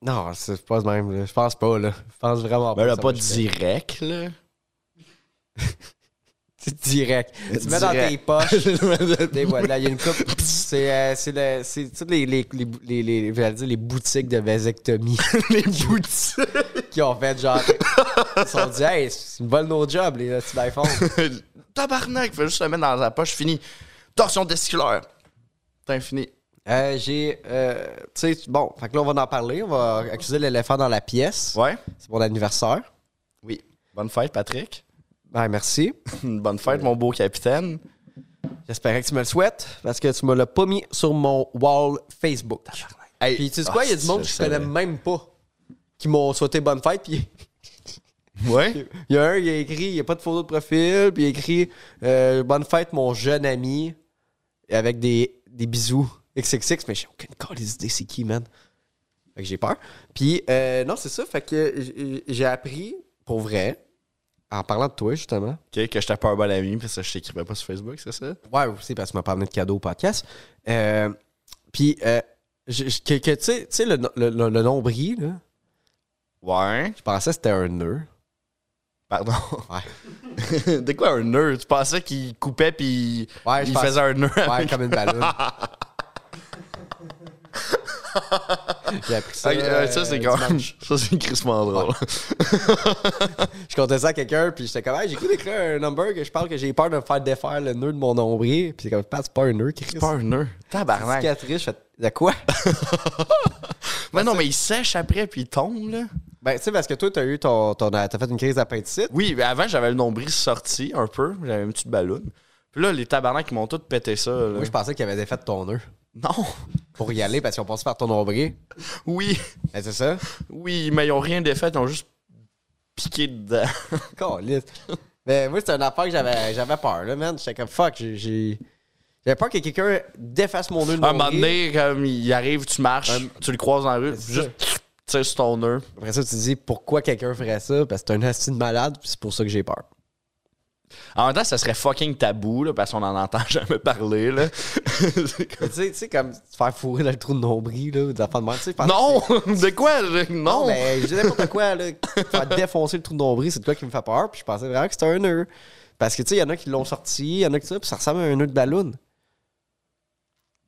Speaker 1: Non, c'est c'est pas le même, là. Je pense pas, là. Je pense vraiment
Speaker 2: Ben
Speaker 1: pas.
Speaker 2: là,
Speaker 1: que ça
Speaker 2: pas
Speaker 1: va être fait.
Speaker 2: direct, là.
Speaker 1: C'est direct. Tu mets dans
Speaker 2: Direct.
Speaker 1: tes poches. Des fois, là, il y a une coupe. C'est euh, c'est le- c'est toutes les, les, les, les, les- j'allais dire les boutiques de vasectomie
Speaker 2: Les boutiques.
Speaker 1: qui ont fait genre. Ils se sont dit, hey, c'est une bonne no job, les petits iPhones.
Speaker 2: Tabarnak, faut juste le mettre dans la poche, fini. Torsion testiculaire. Putain, fini.
Speaker 1: Euh, j'ai. euh, tu sais, bon, fait que là, on va en parler. On va accuser l'éléphant dans la pièce.
Speaker 2: Ouais.
Speaker 1: C'est mon anniversaire.
Speaker 2: Oui. Bonne fête, Patrick.
Speaker 1: Ben, merci.
Speaker 2: Bonne fête, mon beau capitaine.
Speaker 1: J'espérais que tu me le souhaites parce que tu me l'as pas mis sur mon wall Facebook.
Speaker 2: Hey,
Speaker 1: Puis tu sais
Speaker 2: ah,
Speaker 1: quoi, il y a du
Speaker 2: c'est
Speaker 1: monde que
Speaker 2: ça,
Speaker 1: je
Speaker 2: c'est
Speaker 1: connais
Speaker 2: vrai.
Speaker 1: même pas qui m'ont souhaité bonne fête. Puis
Speaker 2: Ouais.
Speaker 1: il y a un, il a écrit, il n'y a pas de photo de profil. Puis il a écrit euh, Bonne fête, mon jeune ami. Et avec des, des bisous XXX. Mais j'ai aucune calice idée, c'est qui, man? Fait que j'ai peur. Puis euh, non, c'est ça. Fait que j'ai- j'ai appris pour vrai, en parlant de toi justement.
Speaker 2: Ok, que j'étais pas un bon ami, puis ça, je t'écrivais pas sur Facebook, c'est ça?
Speaker 1: Ouais, aussi parce que tu m'as pas amené de cadeau au podcast. Euh, puis, euh, je- je- que, que tu sais- tu sais, le, le, le- le nombril, là,
Speaker 2: Ouais.
Speaker 1: je pensais que c'était un nœud.
Speaker 2: Pardon.
Speaker 1: Ouais,
Speaker 2: de quoi un nœud? Tu pensais qu'il coupait, puis
Speaker 1: Ouais, je
Speaker 2: il
Speaker 1: pense-
Speaker 2: faisait un nœud?
Speaker 1: ouais comme une ballonne. J'ai appris ça.
Speaker 2: Ok, euh, ça,
Speaker 1: euh,
Speaker 2: c'est quand même.
Speaker 1: dimanche.
Speaker 2: Ça, c'est crissement drôle.
Speaker 1: Je comptais ça à quelqu'un, puis j'étais comme, Hey, j'ai cru d'écrire un number que je parle que j'ai peur de me faire défaire le nœud de mon nombril. Puis c'est comme, Pat, c'est pas un nœud, Chris.
Speaker 2: C'est pas un nœud. Tabarnak.
Speaker 1: Cicatrice, je fais, de quoi?
Speaker 2: Mais non, mais il sèche après, puis il tombe, là.
Speaker 1: ben, tu sais, parce que toi, t'as eu ton. ton t'as fait une crise d'appendicite.
Speaker 2: Oui, mais avant, j'avais le nombril sorti un peu. J'avais une petite ballonne. Puis là, les tabarnak, ils m'ont tous pété ça. là.
Speaker 1: Moi, je pensais qu'il avait défait ton nœud.
Speaker 2: Non.
Speaker 1: pour y aller parce qu'on passe par ton nombril.
Speaker 2: Oui.
Speaker 1: Ben, c'est ça?
Speaker 2: Oui, mais ils ont rien défait. Ils ont juste piqué dedans.
Speaker 1: Caliste. Mais moi, c'est une affaire que j'avais, j'avais peur, là, man. J'étais comme fuck, j'ai. j'ai- J'avais peur que quelqu'un défasse mon nœud de
Speaker 2: un
Speaker 1: nombril.
Speaker 2: moment donné, comme il arrive, tu marches, tu le croises dans la rue,
Speaker 1: c'est
Speaker 2: juste tire sur ton nœud.
Speaker 1: Après ça, tu te dis pourquoi quelqu'un ferait ça? Parce que t'es un asti de malade, puis c'est pour ça que j'ai peur.
Speaker 2: En même temps, ça serait fucking tabou, là, parce qu'on en entend jamais parler. Là.
Speaker 1: Mais tu sais, tu sais, comme se faire fourrer dans le trou de nombril, là, ou des enfants de merde, tu sais. je pense
Speaker 2: non!
Speaker 1: que
Speaker 2: De quoi? là?
Speaker 1: c'est- Non,
Speaker 2: Non!
Speaker 1: mais je dis n'importe quoi, là. Faire défoncer le trou de nombril, c'est de quoi qui me fait peur, puis je pensais vraiment que c'était un nœud. Parce que, tu sais, il y en a qui l'ont sorti, il y en a qui ça, puis ça ressemble à un nœud de ballon.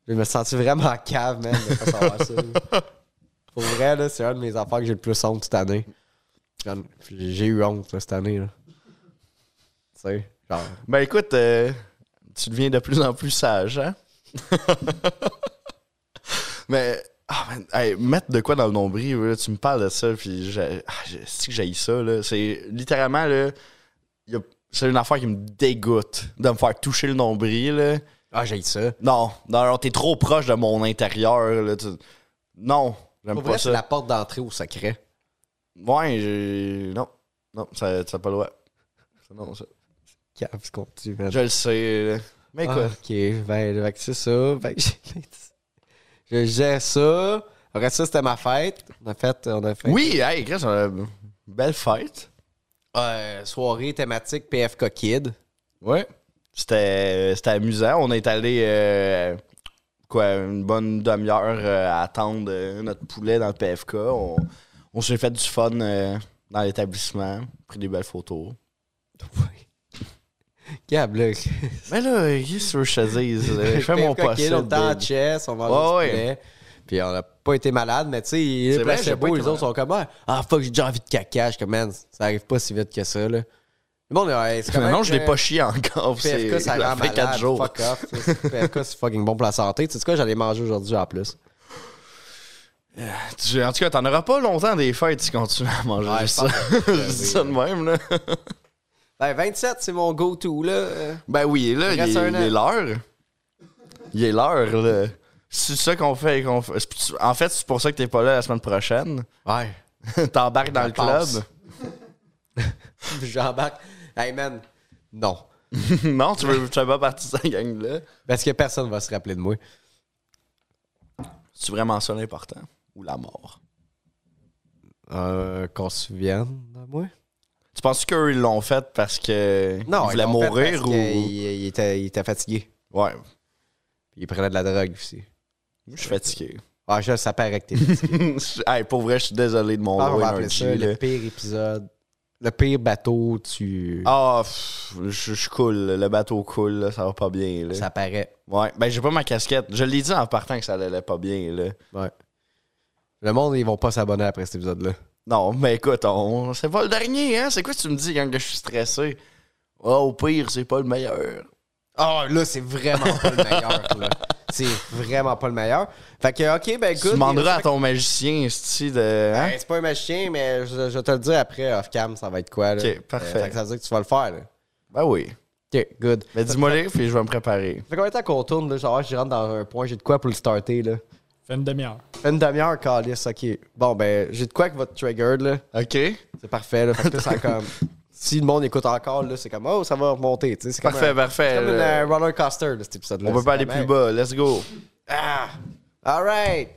Speaker 1: Je me sentis vraiment en cave, man, de pas savoir ça. là. Pour vrai, là, c'est un de mes affaires que j'ai le plus honte cette année. J'en- J'ai eu honte, là, cette année, là. Tu sais, genre...
Speaker 2: Ben écoute, euh, tu deviens de plus en plus sage, hein? Mais, ah, man, hey, mettre de quoi dans le nombril, là, tu me parles de ça, puis j'ai- ah, je sais que j'ai ça, là. C'est littéralement, là, y a- c'est une affaire qui me dégoûte de me faire toucher le nombril, là.
Speaker 1: Ah, j'ai eu ça.
Speaker 2: Non, non, non, t'es trop proche de mon intérieur, là. tu- Non, j'aime
Speaker 1: Pour
Speaker 2: pas
Speaker 1: vrai,
Speaker 2: ça.
Speaker 1: c'est la porte d'entrée au secret.
Speaker 2: Ouais, j'ai- non, non, ça, ça pas le droit. Non, ça-
Speaker 1: Cave, ce qu'on dit, man.
Speaker 2: Je le sais, là. Mais écoute.
Speaker 1: Ah, ok, ben, fait que c'est ça. Fait que j'ai- je gère ça. Après ça, c'était ma fête. On a fait. On a fait
Speaker 2: Oui, hey, Chris, euh, belle fête.
Speaker 1: euh, soirée thématique PFK Kid.
Speaker 2: Ouais. C'était c'était amusant. On est allé euh, quoi, une bonne demi-heure euh, à attendre euh, notre poulet dans le PFK. On, on s'est fait du fun euh, dans l'établissement, pris des belles photos.
Speaker 1: Gab, là.
Speaker 2: Mais là, qu'est-ce que tu veux que je te dise? Je fais mon
Speaker 1: PFK Kid,
Speaker 2: possible.
Speaker 1: on était en
Speaker 2: babe.
Speaker 1: chess, on va
Speaker 2: Ouais,
Speaker 1: ouais,
Speaker 2: ouais.
Speaker 1: Puis on n'a pas été malade, mais tu sais,
Speaker 2: C'est
Speaker 1: les
Speaker 2: vrai, j'ai pas
Speaker 1: placebos,
Speaker 2: été
Speaker 1: les autres sont comme Ah, ah, fuck, j'ai déjà envie de caca. Je suis comme, man, ça arrive pas si vite que ça, là. Le monde, ouais, c'est
Speaker 2: Mais
Speaker 1: correct,
Speaker 2: non, je l'ai
Speaker 1: euh,
Speaker 2: pas chié encore. c'est-
Speaker 1: PFK, ça
Speaker 2: ça
Speaker 1: rend
Speaker 2: fait
Speaker 1: malade.
Speaker 2: 4 jours.
Speaker 1: Fuck off. tu sais. PFK, c'est fucking bon pour la santé. Tu sais quoi, j'allais manger aujourd'hui en plus.
Speaker 2: Tu- En tout cas, t'en auras pas longtemps des fêtes si tu continues à manger
Speaker 1: Ouais, je
Speaker 2: ça.
Speaker 1: pense
Speaker 2: Je dis ça de même, là.
Speaker 1: Ben, 27, c'est mon go-to, là. Euh,
Speaker 2: Ben oui, là, il,
Speaker 1: Il reste
Speaker 2: est-
Speaker 1: un
Speaker 2: il
Speaker 1: an.
Speaker 2: est l'heure. Il est l'heure, là. C'est ça qu'on fait. qu'on fait- c'est- tu- En fait, c'est pour ça que t'es pas là la semaine prochaine.
Speaker 1: Ouais.
Speaker 2: T'embarques dans
Speaker 1: Je
Speaker 2: le
Speaker 1: pense.
Speaker 2: club.
Speaker 1: J'embarque. Hey, man. Non.
Speaker 2: non, tu veux tu fais pas partie de cette gang-là.
Speaker 1: Parce que personne va se rappeler de moi.
Speaker 2: C'est vraiment ça l'important. Ou la mort.
Speaker 1: Euh, qu'on se souvienne de moi?
Speaker 2: Tu penses qu'eux, ils l'ont fait parce que ils voulaient
Speaker 1: l'ont fait
Speaker 2: mourir
Speaker 1: parce
Speaker 2: ou.
Speaker 1: que Il, il était, il était fatigué.
Speaker 2: Ouais.
Speaker 1: Puis Il prenait de la drogue aussi.
Speaker 2: Je suis fatigué.
Speaker 1: Ah, je ça paraît que t'es fatigué.
Speaker 2: hey, pour vrai, je suis désolé de mon
Speaker 1: Ah, on
Speaker 2: low
Speaker 1: va appeler ça
Speaker 2: energy, là.
Speaker 1: le pire épisode. Le pire bateau, tu.
Speaker 2: Ah, pff, je, je coule. là. Le bateau coule, là. ça va pas bien. Là.
Speaker 1: Ça paraît.
Speaker 2: Ouais, ben j'ai pas ma casquette. Je l'ai dit en partant que ça allait pas bien. Là.
Speaker 1: Ouais. Le monde, ils vont pas s'abonner après cet épisode-là.
Speaker 2: Non, mais écoute, on... c'est pas le dernier, hein? C'est quoi que tu me dis quand que je suis stressé? Ah, au pire, c'est pas le meilleur.
Speaker 1: Ah, là, c'est vraiment pas le meilleur. là. c'est vraiment pas le meilleur. Fait que, OK, ben
Speaker 2: Tu
Speaker 1: good.
Speaker 2: demanderas à ton magicien, esti, de. hein?
Speaker 1: Ben, c'est pas un machin, mais je, je vais te le dire après, off-cam, ça va être quoi. Là. Euh,
Speaker 2: Ok, parfait.
Speaker 1: fait que ça veut dire que tu vas le faire. là.
Speaker 2: Ben oui.
Speaker 1: OK, good.
Speaker 2: Mais dis-moi les, puis je vais me préparer.
Speaker 1: Ça fait combien de temps qu'on tourne, là? Genre, je rentre dans un point, j'ai de quoi pour le starter, là?
Speaker 3: Fait une demi-heure.
Speaker 1: Fait Une demi-heure, calice, OK. Bon, ben, j'ai de quoi que votre trigger, là?
Speaker 2: OK?
Speaker 1: C'est parfait, là. Fait que là, ça comme... Si le monde écoute encore, là, c'est comme, oh, ça va remonter, tu sais. c'est comme
Speaker 2: Parfait,
Speaker 1: un-
Speaker 2: parfait.
Speaker 1: C'est comme une,
Speaker 2: là.
Speaker 1: un roller coaster, là, cet épisode-là.
Speaker 2: On peut
Speaker 1: C'est
Speaker 2: pas aller
Speaker 1: comme,
Speaker 2: plus
Speaker 1: hey,
Speaker 2: bas. Let's go.
Speaker 1: Ah! All right!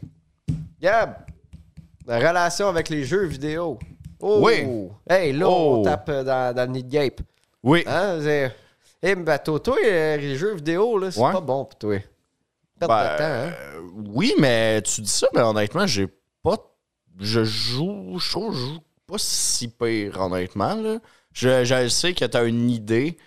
Speaker 1: Gab! La relation avec les jeux vidéo. Oh!
Speaker 2: Oui.
Speaker 1: Hey, là, on
Speaker 2: Oh.
Speaker 1: tape euh, dans, dans le nid de gape.
Speaker 2: Oui.
Speaker 1: Hein? c'est- Eh, mais bateau, toi, euh, les jeux vidéo, là, c'est
Speaker 2: Ouais.
Speaker 1: pas bon pour toi. Perte
Speaker 2: Ben,
Speaker 1: de temps, hein?
Speaker 2: euh, oui, mais tu dis ça, mais honnêtement, j'ai pas. Je joue. Je trouve que je joue pas si pire, honnêtement. Là. Je, je sais que t'as une idée.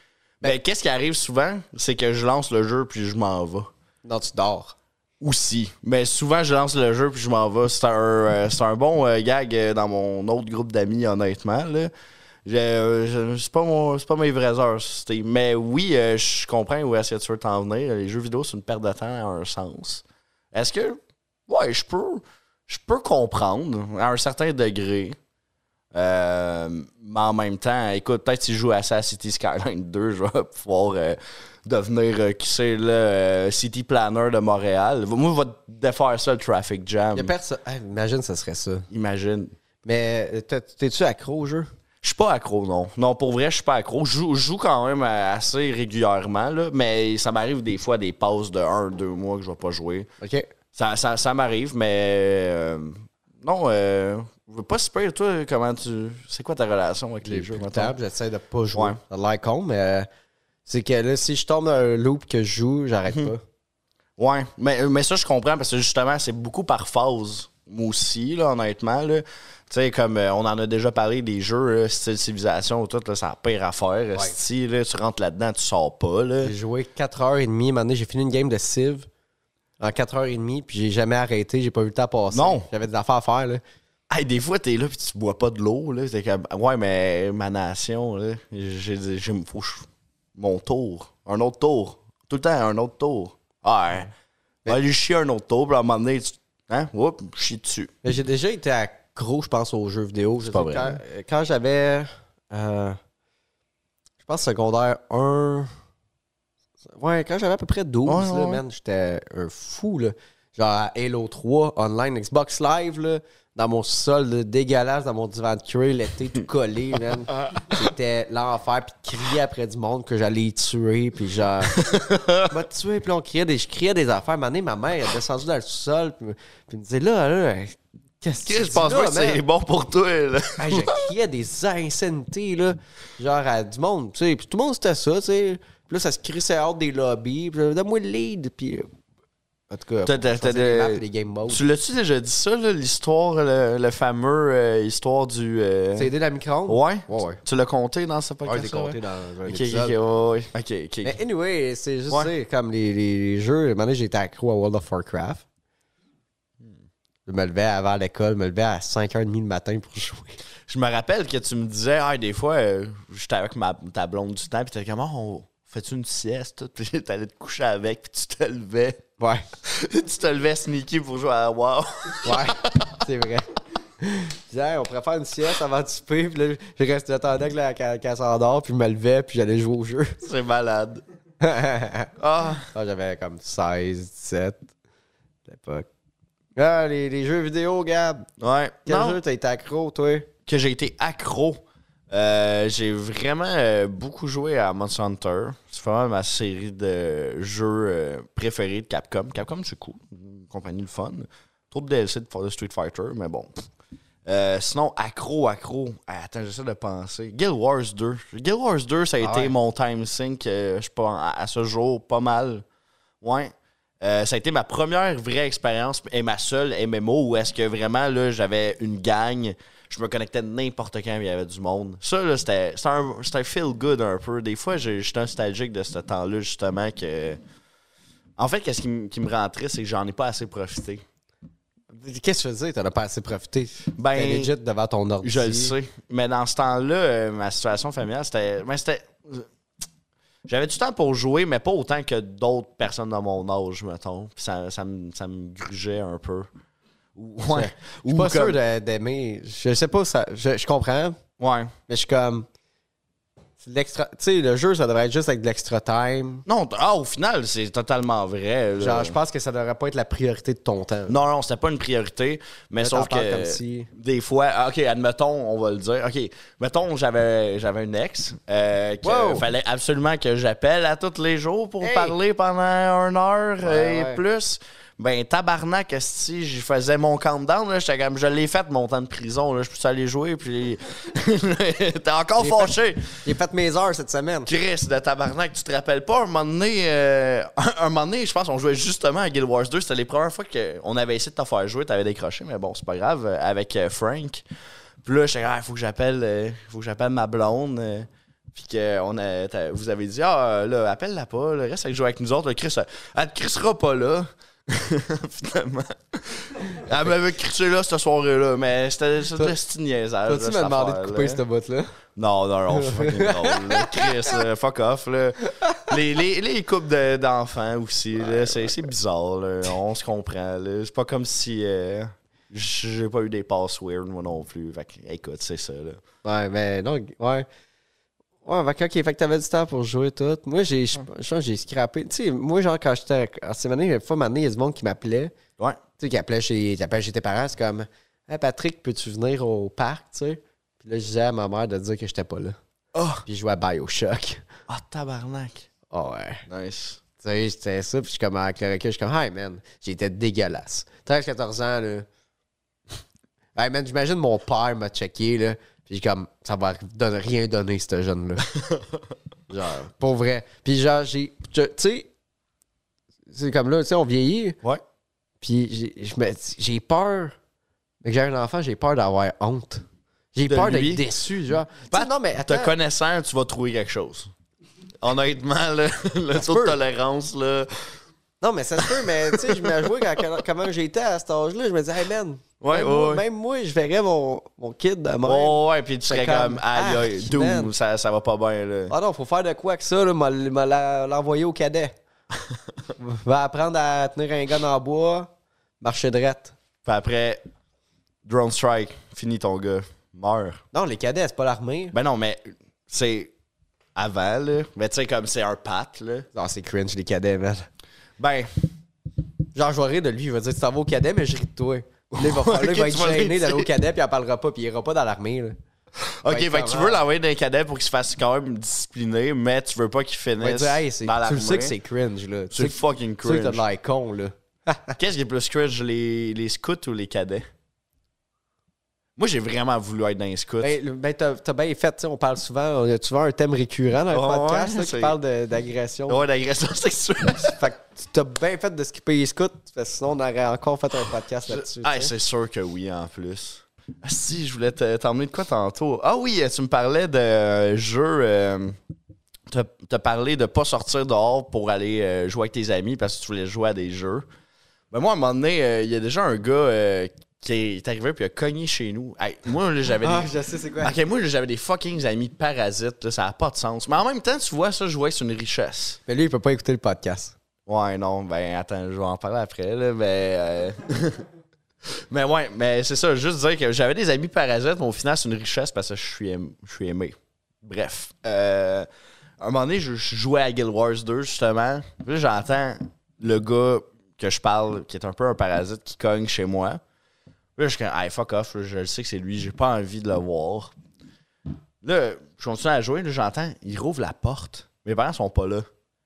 Speaker 2: Ben, qu'est-ce qui arrive souvent? C'est que je lance le jeu puis je m'en vais.
Speaker 1: Non, tu dors.
Speaker 2: Aussi. Mais souvent, je lance le jeu puis je m'en vais. C'est un, euh, c'est un bon euh, gag euh, dans mon autre groupe d'amis, honnêtement. Là. Je- euh, je- C'est pas, mon- c'est pas mes vraies heures. c'était- Mais oui, euh, je comprends où est-ce que tu veux t'en venir. Les jeux vidéo, c'est une perte de temps à un sens. Est-ce que. Ouais, je peux. Je peux comprendre à un certain degré. Euh, mais en même temps, écoute, peut-être si je joue à ça à City Skyline 2, je vais pouvoir euh, devenir, euh, qui sait, là, euh, City Planner de Montréal. Moi, je vais défaire ça, le Traffic Jam.
Speaker 1: Il y a personne. Ah, imagine, ça serait ça.
Speaker 2: Imagine.
Speaker 1: Mais euh, t'es- t'es-tu accro au jeu?
Speaker 2: Je suis pas accro, non. Non, pour vrai, je suis pas accro. Je joue, je joue quand même euh, assez régulièrement, là, mais ça m'arrive des fois des pauses de 1, 2 mois que je vais pas jouer.
Speaker 1: OK.
Speaker 2: Ça, ça, ça m'arrive, mais euh, non, euh, je veux pas se perdre, toi, comment tu. C'est quoi ta relation avec les,
Speaker 1: les
Speaker 2: jeux,
Speaker 1: jeux
Speaker 2: mettons?
Speaker 1: tables, j'essaie de pas jouer.
Speaker 2: Ouais.
Speaker 1: Ça like on, mais euh, c'est que là, si je tombe dans un loop que je joue, j'arrête
Speaker 2: Mhm.
Speaker 1: pas.
Speaker 2: Ouais, mais, euh, mais ça, je comprends parce que justement, c'est beaucoup par phase. Moi aussi, là, honnêtement. là. Tu sais, comme euh, on en a déjà parlé des jeux, là, style civilisation ou tout, là, c'est la pire affaire. esti, là, tu rentres là-dedans, tu sors pas. Là.
Speaker 1: J'ai joué 4h30, un moment donné, j'ai fini une game de Civ en 4h30, puis j'ai jamais arrêté, j'ai pas eu le temps passer.
Speaker 2: Non.
Speaker 1: J'avais des affaires à faire, là.
Speaker 2: Hey, des fois, t'es là puis tu bois pas de l'eau. là. T'es comme, ouais, mais ma nation, là, j'ai, j'ai- j'ai- faut que je- mon tour. Un autre tour. Tout le temps, un autre tour. Ah, Ouais. Va aller chier un autre tour, puis à un moment donné, tu, hein, oups, chie dessus.
Speaker 1: Mais J'ai déjà été accro, je pense, aux jeux vidéo. Je sais,
Speaker 2: pas vrai.
Speaker 1: Quand, euh, quand j'avais, euh, je pense, secondaire 1... Ouais, quand j'avais à peu près 12,
Speaker 2: Ouais,
Speaker 1: là,
Speaker 2: ouais, ouais.
Speaker 1: man, j'étais un fou, là. Genre à Halo 3, online, Xbox Live, là, dans mon sol là, dégueulasse, dans mon divan de cuir, l'été tout collé, man. C'était l'enfer, puis de crier après du monde que j'allais y tuer, puis genre... m'a tué, Bah, puis là, on criait des, je criais des affaires. À un moment donné, ma mère elle est descendue dans le sous-sol, puis, me- puis me disait, là, là, qu'est-ce que tu
Speaker 2: Je
Speaker 1: dis
Speaker 2: pense
Speaker 1: là,
Speaker 2: pas que c'est
Speaker 1: man? Ah,
Speaker 2: bon pour toi, là.
Speaker 1: Hey, je criais des insanités, là, genre à du monde, tu sais. Puis tout le monde, c'était ça, tu sais. Puis là, ça se crissait hors des lobbies, puis là, donne-moi le lead, puis... euh, En tout cas,
Speaker 2: T'as- t'as-
Speaker 1: je faisais
Speaker 2: t'as
Speaker 1: des
Speaker 2: des-
Speaker 1: maps et des game modes.
Speaker 2: Tu l'as-tu déjà dit ça, là, l'histoire, le, le fameux euh, histoire du. euh,
Speaker 1: T'as aidé la micro
Speaker 2: Ouais?
Speaker 1: Ouais, ouais.
Speaker 2: Tu l'as compté dans ce
Speaker 1: Ouais,
Speaker 2: podcast?
Speaker 1: je l'ai compté dans un
Speaker 2: Ok,
Speaker 1: épisode.
Speaker 2: ok, ouais, ouais. ok. ok.
Speaker 1: Mais anyway, c'est juste,
Speaker 2: Ouais.
Speaker 1: tu sais, comme les, les- les jeux. À un moment donné, j'étais accro à World of Warcraft. Je me levais avant l'école, je me levais à 5h30 le matin pour jouer.
Speaker 2: Je me rappelle que tu me disais, ah, des fois, euh, j'étais avec ma, ta blonde du temps, puis t'étais comme, Ah, on fait une sieste? Puis T'allais te coucher avec, puis tu te levais.
Speaker 1: Ouais.
Speaker 2: tu te levais sneaky pour jouer à WoW.
Speaker 1: Ouais, c'est vrai. Je disais, Hey, on pourrait faire une sieste avant de souper. Puis là, je restais, j'attendais que la- qu'elle qu'elle s'endort, puis je me levais, puis j'allais jouer au jeu.
Speaker 2: C'est malade.
Speaker 1: Ah,
Speaker 2: Ah,
Speaker 1: J'avais comme 16, 17 à l'époque. Ah, les, les jeux vidéo, Gab.
Speaker 2: ouais.
Speaker 1: Quel
Speaker 2: Non.
Speaker 1: jeu t'as été accro, toi?
Speaker 2: que j'ai été accro. Euh, j'ai vraiment euh, beaucoup joué à Monster Hunter. C'est vraiment ma série de jeux euh, préférés de Capcom. Capcom, c'est cool. Une compagnie le fun. Trop de DLC de For the Street Fighter, mais bon. Euh, sinon, accro, accro. Ah, attends, j'essaie de penser. Guild Wars 2. Guild Wars 2, ça a
Speaker 1: Ah
Speaker 2: été
Speaker 1: ouais.
Speaker 2: mon time sync, euh, je sais pas, à, à ce jour, pas mal. Ouais. Euh, ça a été ma première vraie expérience et ma seule MMO où est-ce que vraiment là, j'avais une gang, je me connectais n'importe quand il y avait du monde. Ça, là, c'était c'était un, c'était un feel good un peu. Des fois, j'ai- j'étais nostalgique de ce temps-là, justement, que. En fait, qu'est-ce qui, me- qui me rend triste, c'est que j'en ai pas assez profité.
Speaker 1: Qu'est-ce que tu veux dire? T'en as pas assez profité.
Speaker 2: Ben,
Speaker 1: T'es legit devant ton ordi.
Speaker 2: Je le sais. Mais dans ce temps-là, euh, ma situation familiale, c'était. ben, c'était. J'avais du temps pour jouer, mais pas autant que d'autres personnes de mon âge, mettons. Puis ça, ça, me, ça me grugeait un peu. Ouais.
Speaker 1: Je
Speaker 2: Ou
Speaker 1: suis pas
Speaker 2: comme-
Speaker 1: sûr de- d'aimer. Je sais pas, ça, je, je comprends,
Speaker 2: Ouais.
Speaker 1: mais je suis comme. c'est de l'extra. Tu sais, le jeu, ça devrait être juste avec de l'extra time.
Speaker 2: Non, t- ah, au final, c'est totalement vrai. là.
Speaker 1: Genre, je pense que ça devrait pas être la priorité de ton temps.
Speaker 2: Euh. Non, non, c'était pas une priorité, mais
Speaker 1: Là,
Speaker 2: sauf
Speaker 1: t'en parles
Speaker 2: que
Speaker 1: comme si-
Speaker 2: des fois, ah, OK, admettons, on va le dire. OK, mettons, j'avais j'avais une ex euh, qu'il
Speaker 1: Wow.
Speaker 2: fallait absolument que j'appelle à tous les jours pour
Speaker 1: Hey.
Speaker 2: parler pendant une heure
Speaker 1: Ouais,
Speaker 2: et
Speaker 1: ouais.
Speaker 2: plus. Ben, tabarnak, si je faisais mon countdown, là, j'étais comme, je l'ai fait, mon temps de prison, là, je peux aller jouer, puis... T'es encore
Speaker 1: J'ai
Speaker 2: fâché!
Speaker 1: J'ai fait mes heures cette semaine.
Speaker 2: Chris de tabarnak, tu te rappelles pas, un moment donné, euh, un, moment donné, je pense qu'on jouait justement à Guild Wars 2. C'était les premières fois qu'on avait essayé de t'en faire jouer, t'avais décroché, mais bon, c'est pas grave, euh, avec euh, Frank. Puis là, j'étais, ah, faut que j'appelle, euh, faut que j'appelle ma blonde. euh, puis que on a, t'as- vous avez dit, ah, là, appelle-la pas, là, reste avec jouer avec nous autres. là, Chris, euh, elle te crissera pas là. Finalement. Elle m'avait crissé là, cette soirée-là, mais c'était c'était
Speaker 1: Toi-
Speaker 2: un petit niaisage.
Speaker 1: T'as-tu
Speaker 2: là,
Speaker 1: me
Speaker 2: cette
Speaker 1: demandé de
Speaker 2: affaire-là.
Speaker 1: couper cette botte-là?
Speaker 2: Non, non, non, c'est fucking drôle. là. Chris, là, fuck off. Là. Les, les, les couples de- d'enfants aussi, là, c'est c'est bizarre. là. On se comprend. là. C'est pas comme si euh, j'ai pas eu des passes weird, moi non plus. Fait que, écoute, c'est ça. Là.
Speaker 1: Ouais, mais non, ouais. Ouais, fait que, ok, fait que t'avais du temps pour jouer tout. Moi, j'ai, je je pense que j'ai scrappé. Tu sais, moi, genre, quand j'étais en semaine, une fois, un moment donné, il y a du monde qui m'appelait.
Speaker 2: Ouais.
Speaker 1: Tu sais, qui appelait chez, qui appelait chez tes parents. C'est comme, hey, Patrick, peux-tu venir au parc, tu sais? Puis là, je disais à ma mère de dire que j'étais pas là.
Speaker 2: Oh,
Speaker 1: Puis je jouais à Bioshock.
Speaker 2: oh tabarnak.
Speaker 1: Ah ouais.
Speaker 2: Nice.
Speaker 1: Tu sais, c'était ça. Puis je suis comme, avec le recul, je suis comme, hey man, j'étais dégueulasse. 13-14 ans, là. Hey man, j'imagine mon père m'a checké, là. Puis j'ai comme, ça va donner- rien donner, ce jeune-là. genre, pour vrai. Puis genre, j'ai. je- Tu sais, c'est comme là, tu sais, on vieillit.
Speaker 2: Ouais.
Speaker 1: Puis j'ai- je me dis- j'ai peur. Mais que j'ai un enfant, j'ai peur d'avoir honte. J'ai
Speaker 2: De
Speaker 1: peur
Speaker 2: lui.
Speaker 1: d'être déçu, genre. Tu sais,
Speaker 2: Pat,
Speaker 1: non, mais
Speaker 2: Te
Speaker 1: attends.
Speaker 2: connaissant, tu vas trouver quelque chose. Honnêtement, là, le taux de
Speaker 1: peut.
Speaker 2: tolérance, là.
Speaker 1: Non, mais ça se peut, mais tu sais, je me vois quand- quand- comment j'étais à cet âge-là. Je me disais, hey man,
Speaker 2: Ouais,
Speaker 1: même,
Speaker 2: ouais,
Speaker 1: Ben, moi,
Speaker 2: ouais.
Speaker 1: même moi, je verrais mon, mon kid de même.
Speaker 2: Oh, ouais, puis tu serais comme,
Speaker 1: comme,
Speaker 2: aïe, aïe,
Speaker 1: arc,
Speaker 2: doom,
Speaker 1: man.
Speaker 2: ça, ça va pas bien, là.
Speaker 1: Ah non, faut faire de quoi que ça, là, m'a- m'a la- l'envoyer au cadet. Va apprendre à tenir un gun en bois, marcher droite.
Speaker 2: Puis après, drone strike, fini ton gars, meurs.
Speaker 1: Non, les cadets, c'est pas l'armée.
Speaker 2: Ben non, mais c'est avant, là. Mais tu sais, comme c'est un pat, là.
Speaker 1: Non, c'est cringe, les cadets, man.
Speaker 2: Ben,
Speaker 1: Genre, je vais rire de lui, il va dire, tu t'en vas au cadet, mais je ris de toi. Là, il va, falloir- là, il va
Speaker 2: Ok, tu vas
Speaker 1: être gêné
Speaker 2: le
Speaker 1: d'aller au
Speaker 2: dire.
Speaker 1: cadet, puis il en parlera pas, puis il ira pas dans l'armée, là.
Speaker 2: ok,
Speaker 1: Ouais,
Speaker 2: fait que tu
Speaker 1: comment?
Speaker 2: veux l'envoyer dans les cadets pour qu'il se fasse quand même discipliner, mais tu veux pas qu'il
Speaker 1: Il va
Speaker 2: finisse
Speaker 1: dire, hey, c'est-
Speaker 2: dans la
Speaker 1: tu le sais que c'est cringe, là. Tu
Speaker 2: C'est
Speaker 1: sais que-
Speaker 2: fucking
Speaker 1: tu sais que t'as
Speaker 2: cringe.
Speaker 1: de l'air con, là.
Speaker 2: Qu'est-ce qui est plus cringe, les, les scouts ou les cadets? Moi, j'ai vraiment voulu être dans les scouts.
Speaker 1: Ben, le- ben, t'as t'as bien fait, tu sais, on parle souvent, on a souvent un thème récurrent dans le
Speaker 2: Ouais,
Speaker 1: podcast là,
Speaker 2: c'est-
Speaker 1: qui parle de- d'agression.
Speaker 2: ouais, d'agression sexuelle.
Speaker 1: Fait que tu t'as bien fait de skipper les scouts, parce que sinon on aurait encore fait un podcast là-dessus.
Speaker 2: Ah,
Speaker 1: tu sais.
Speaker 2: c'est sûr que oui, en plus. Ah, Si, je voulais te- t'emmener de quoi tantôt? Ah oui, euh, tu me parlais de euh, jeu. euh, T'as t'as parlé de pas sortir dehors pour aller euh, jouer avec tes amis parce que tu voulais jouer à des jeux. Ben moi, à un moment donné, euh, il y a déjà un gars euh, qui est arrivé puis il a cogné chez nous. Hey, moi, là, j'avais
Speaker 1: Ah,
Speaker 2: des...
Speaker 1: je sais c'est quoi.
Speaker 2: Ok, moi, là, j'avais des fucking amis parasites. là, ça n'a pas de sens. Mais en même temps, tu vois ça, je vois que c'est une richesse.
Speaker 1: Mais lui, il peut pas écouter le podcast.
Speaker 2: Ouais, non, ben attends, je vais en parler après, là, mais... euh, mais ouais, mais c'est ça, juste dire que j'avais des amis parasites, mais au final, c'est une richesse parce que je suis, aim- je suis aimé. Bref. Euh, à un moment donné, je, je jouais à Guild Wars 2, justement. Puis là, j'entends le gars que je parle, qui est un peu un parasite, qui cogne chez moi. Puis là, je suis comme, hey, fuck off, là, je le sais que c'est lui, j'ai pas envie de le voir. Là, je continue à jouer, là, j'entends, il rouvre la porte. Mes parents sont pas là.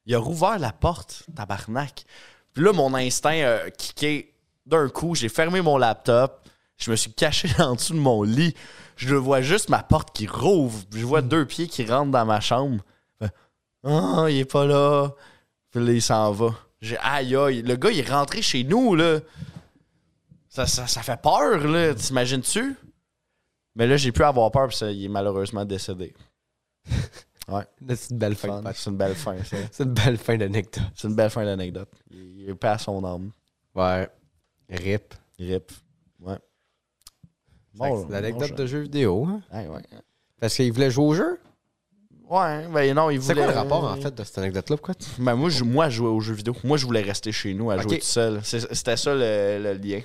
Speaker 2: Il a rouvert la porte, tabarnak. Puis là, mon instinct a kické d'un coup. J'ai fermé mon laptop. Je me suis caché en dessous de mon lit. Je vois juste ma porte qui rouvre. Je vois deux pieds qui rentrent dans ma chambre. Fait, Ah, il est pas là. Puis là, il s'en va. J'ai aïe aïe. Le gars, il est rentré chez nous, là. Ça, ça, ça fait peur, là. T'imagines-tu? Mais là, j'ai pu avoir peur, puis ça, il est malheureusement décédé.
Speaker 1: Là, C'est une belle fin. de
Speaker 2: Fun.
Speaker 1: podcast.
Speaker 2: C'est une belle fin, ça.
Speaker 1: C'est une belle fin d'anecdote.
Speaker 2: C'est une belle fin d'anecdote. Il, il est pas à son âme.
Speaker 1: Ouais. Rip.
Speaker 2: Rip. Ouais.
Speaker 1: Fait que
Speaker 2: Bon,
Speaker 1: c'est l'anecdote
Speaker 2: bon,
Speaker 1: de jeux vidéo. hein.
Speaker 2: je- Hey, ouais.
Speaker 1: Parce qu'il voulait jouer au jeu.
Speaker 2: Ouais, ben non, il voulait.
Speaker 4: C'est quoi le rapport, en fait, de cette anecdote-là? Pourquoi tu-
Speaker 2: Ben moi, je, moi, je jouais aux jeux vidéo. Moi, je voulais rester chez nous à
Speaker 1: Ok.
Speaker 2: jouer tout seul. C'est- C'était ça le, le lien.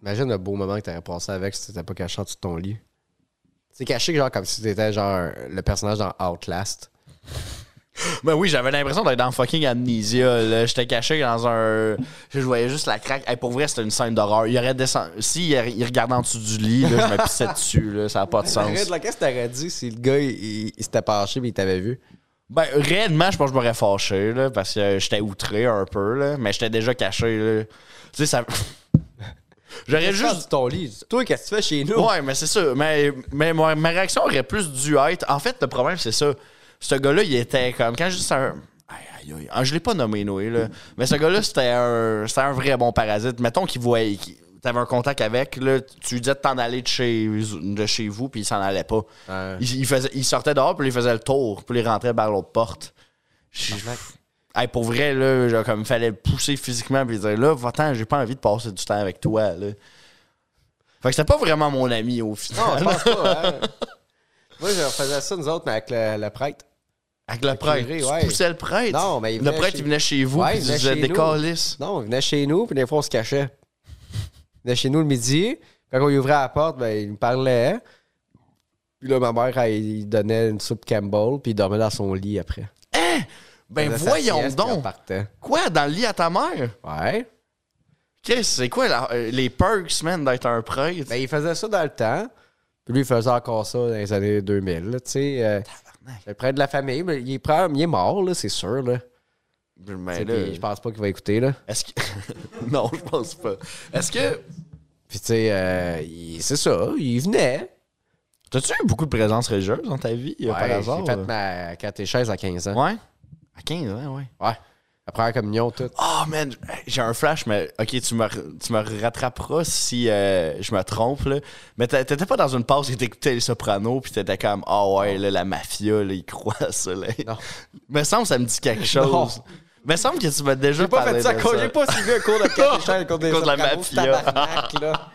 Speaker 4: Imagine le beau moment que t'aurais passé avec si t'étais pas caché en dessous de ton lit. C'est caché, genre, comme si t'étais, genre, le personnage dans Outlast.
Speaker 2: Ben oui, j'avais l'impression d'être dans fucking Amnesia. là. J'étais caché dans un. Je voyais juste la craque. Hey, pour vrai, c'était une scène d'horreur. Il aurait descendu. S'il il regardait en dessous du lit, là, je me pissais dessus. Là. Ça n'a pas de
Speaker 1: Arrête,
Speaker 2: sens.
Speaker 1: là, qu'est-ce que t'aurais dit si le gars, il, il- il s'était penché et il t'avait vu?
Speaker 2: Ben, réellement, je pense que je m'aurais fâché là, parce que euh, j'étais outré un peu. Là, mais j'étais déjà caché. Là. Tu sais, ça. J'aurais
Speaker 1: Qu'est-ce que tu fais
Speaker 2: juste.
Speaker 1: de ton lit? Toi, qu'est-ce que tu fais chez nous?
Speaker 2: Ouais, mais c'est ça. Mais, mais moi, ma réaction aurait plus dû être. En fait, le problème, c'est ça. Ce gars-là, il était comme. Quand je dis c'est un. Aïe, aïe, aïe. Ah, Je l'ai pas nommé Noé, là. Mais ce gars-là, c'était un, c'était un vrai bon parasite. Mettons qu'il voyait. qu'il- T'avais un contact avec, là, tu lui disais de t'en aller de chez, de chez vous, puis il s'en allait pas. Il, il faisait, il sortait dehors, puis il faisait le tour, puis il rentrait par l'autre porte. J'ai- Hey, pour vrai, là, genre, comme il fallait le pousser physiquement, puis dire là, va-t'en, j'ai pas envie de passer du temps avec toi, là. Fait que c'était pas vraiment mon ami au
Speaker 1: Non,
Speaker 2: final.
Speaker 1: je pense pas. hein. Moi, je faisais ça, nous autres, mais avec le, le prêtre.
Speaker 2: Avec le prêtre.
Speaker 1: curé,
Speaker 2: Tu
Speaker 1: ouais.
Speaker 2: poussais le prêtre.
Speaker 1: Non, mais il
Speaker 2: le
Speaker 1: venait
Speaker 2: prêtre,
Speaker 1: chez-
Speaker 2: il venait chez vous,
Speaker 1: Ouais,
Speaker 2: puis
Speaker 1: il
Speaker 2: il
Speaker 1: venait
Speaker 2: disait
Speaker 1: chez
Speaker 2: des
Speaker 1: nous.
Speaker 2: câlisses.
Speaker 1: Non, on venait chez nous, puis des fois, on se cachait. On venait chez nous le midi. Quand on lui ouvrait la porte, ben, il me parlait. Puis là, ma mère, elle il donnait une soupe Campbell, puis il dormait dans son lit après.
Speaker 2: Ben
Speaker 1: Elle faisait sa
Speaker 2: voyons
Speaker 1: sieste, puis elle
Speaker 2: donc.
Speaker 1: partait.
Speaker 2: Quoi, dans le lit à ta mère?
Speaker 1: Ouais.
Speaker 2: Qu'est-ce c'est quoi la- euh, les perks, man, d'être un prêtre?
Speaker 1: Ben, il faisait ça dans le temps. Puis lui, il faisait encore ça dans les années 2000. là, Tu sais, euh, le prêtre de la famille, mais il est, probable- il est mort, là, c'est sûr. Là.
Speaker 2: Ben
Speaker 1: Tu sais,
Speaker 2: là,
Speaker 1: puis je pense pas qu'il va écouter. Là.
Speaker 2: est-ce que... non, je pense pas. Est-ce que...
Speaker 1: Puis tu sais, euh, il- c'est ça, il venait.
Speaker 2: T'as-tu eu beaucoup de présence religieuse dans ta vie, euh, par
Speaker 1: Ouais,
Speaker 2: hasard?
Speaker 1: J'ai fait ma catéchèse à 15 ans.
Speaker 2: Ouais? À 15 ans, ouais.
Speaker 1: Ouais. La première communion, tout.
Speaker 2: Ah, man, j'ai un flash, mais ok, tu me, tu me rattraperas si euh, je me trompe, là. Mais t'a- t'étais pas dans une pause et t'écoutais les sopranos, puis t'étais comme, ah ouais, là, la mafia, là, ils croient à ça, là.
Speaker 1: Non.
Speaker 2: Me semble que ça me dit quelque chose. Me semble que tu m'as déjà parlé de ça.
Speaker 1: pas suivi un cours de catéchèse contre des
Speaker 2: Contre la
Speaker 1: sacramentos,
Speaker 2: mafia.
Speaker 1: tabarnak, là.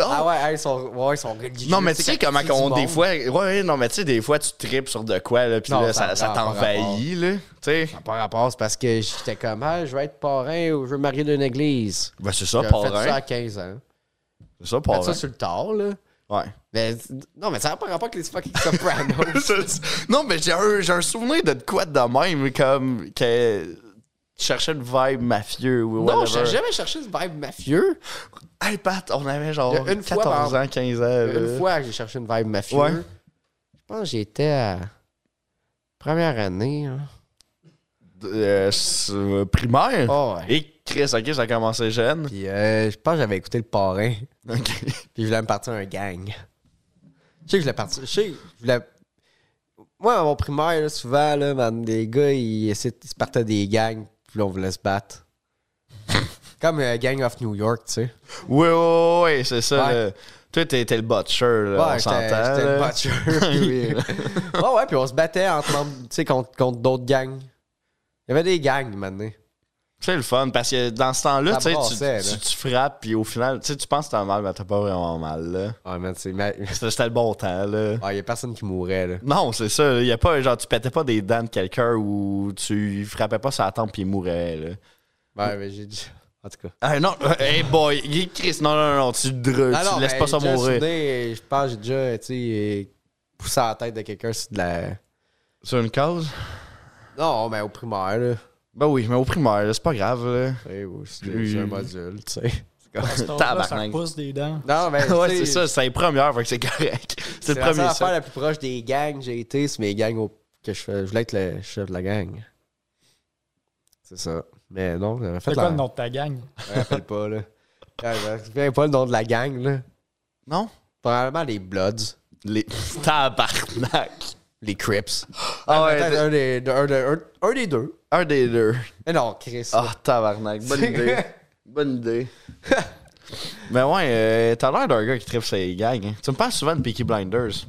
Speaker 1: Ah ouais, hey, ils sont, ouais, ils sont religieux.
Speaker 2: Non, mais tu sais comment
Speaker 1: quand
Speaker 2: qu'on-
Speaker 1: du
Speaker 2: des
Speaker 1: monde.
Speaker 2: fois. Ouais, ouais, non, mais tu sais, des fois, tu tripes sur de quoi, là, puis
Speaker 1: Non,
Speaker 2: là,
Speaker 1: ça
Speaker 2: ça, ça
Speaker 1: n'a pas
Speaker 2: t'envahit, là. Tu sais.
Speaker 1: Par rapport, c'est parce que j'étais comme, ah, je vais être parrain ou je veux me marier d'une église.
Speaker 2: Ben, c'est ça,
Speaker 1: J'ai fait ça à
Speaker 2: parrain.
Speaker 1: 15 ans.
Speaker 2: C'est ça,
Speaker 1: Fait ça
Speaker 2: parrain.
Speaker 1: sur le tard, là.
Speaker 2: Ouais.
Speaker 1: Mais, non, mais ça n'a pas rapport avec les fucking sopranos.
Speaker 2: Je- non, mais j'ai un, j'ai un souvenir de quoi de même, comme que tu cherchais une vibe mafieux ou
Speaker 1: non,
Speaker 2: whatever.
Speaker 1: j'ai jamais cherché ce vibe mafieux.
Speaker 2: Hey Pat, on avait genre
Speaker 1: Il y a une fois,
Speaker 2: 14
Speaker 1: par-
Speaker 2: ans, 15 ans. euh,
Speaker 1: Une
Speaker 2: là.
Speaker 1: fois, j'ai cherché une vibe mafieux.
Speaker 2: Ouais.
Speaker 1: Je pense que j'étais à première année. hein.
Speaker 2: Euh, c'est, euh, primaire.
Speaker 1: Ah ouais.
Speaker 2: Et Chris, ok, ça a commencé jeune.
Speaker 1: Puis euh, je pense que j'avais écouté le parrain.
Speaker 2: Ok.
Speaker 1: Puis je voulais me partir un gang. Je sais que je voulais partir. Je sais, que je voulais. Moi, à mon primaire, là, souvent, là, man, les gars, ils, essaient- ils se partaient des gangs, puis là, on voulait se battre. Comme euh, Gang of New York, tu sais.
Speaker 2: Oui, oui, oui, c'est ça.
Speaker 1: Ouais.
Speaker 2: là. Toi, t'es t'es le butcher, là, on
Speaker 1: j'étais-
Speaker 2: s'entend.
Speaker 1: j'étais le
Speaker 2: là.
Speaker 1: butcher. puis, oui. ouais, ouais, puis on se battait entre membres, tu sais, contre, contre d'autres gangs. Il y avait des gangs, maintenant.
Speaker 2: C'est le fun, parce que dans ce temps-là,
Speaker 1: Ça
Speaker 2: tu sais, tu-
Speaker 1: brassait,
Speaker 2: tu,
Speaker 1: là.
Speaker 2: tu frappes, puis au final, tu sais, tu penses que t'as mal, mais t'as pas vraiment mal. là.
Speaker 1: Ouais, man, c'est. ma-
Speaker 2: C'était c'était le bon temps, là.
Speaker 1: Ah, il y a personne qui mourait, là.
Speaker 2: Non, c'est ça. Il y a pas, genre, tu pétais pas des dents de quelqu'un ou tu frappais pas sa tempe et il mourait. Là.
Speaker 1: Ouais, mais j'ai dit. En tout cas.
Speaker 2: Ah non, hey boy, il- Chris, non, non, non, tu, dre-
Speaker 1: Ah
Speaker 2: tu
Speaker 1: non,
Speaker 2: laisses
Speaker 1: mais
Speaker 2: pas ça
Speaker 1: j'ai déjà
Speaker 2: mourir.
Speaker 1: soudé, je pense que j'ai déjà, tu sais, poussé à la tête de quelqu'un sur de la.
Speaker 2: Sur une cause?
Speaker 1: Non, mais au primaire, là.
Speaker 2: Ben oui, mais au primaire, là, c'est pas grave. Là.
Speaker 1: Tu sais, au- C'est
Speaker 2: Oui.
Speaker 1: c'est un module, tu sais.
Speaker 3: Ce temps-là, ça
Speaker 2: Tabarnak.
Speaker 3: repousse des dents.
Speaker 1: Non, mais.
Speaker 2: ouais,
Speaker 1: tu
Speaker 2: c'est
Speaker 1: sais,
Speaker 2: ça, c'est les premières, fait que c'est correct.
Speaker 1: C'est
Speaker 2: C'est le
Speaker 1: la seule
Speaker 2: premier
Speaker 1: affaire
Speaker 2: ça.
Speaker 1: la plus proche des gangs que j'ai été, c'est mes gangs au- que je fais. Je voulais être le chef de la gang. C'est ça. Mais non, j'avais fait
Speaker 3: C'est quoi
Speaker 1: la.
Speaker 3: le nom de ta gang?
Speaker 1: Je me rappelle pas, là. Je me souviens pas le nom de la gang, là.
Speaker 2: Non?
Speaker 1: Probablement les Bloods,
Speaker 2: Les... Tabarnak.
Speaker 1: les Crips.
Speaker 2: Ah ouais,
Speaker 1: Peut-être
Speaker 2: de-
Speaker 1: un, des, un, des- un- un des deux.
Speaker 2: un des deux.
Speaker 1: Mais non, Chris.
Speaker 2: Ah, tabarnak. Bonne idée. Bonne idée. Mais ouais, euh, t'as l'air d'un gars qui tripe ses gags. hein. Tu me parles souvent de Peaky Blinders.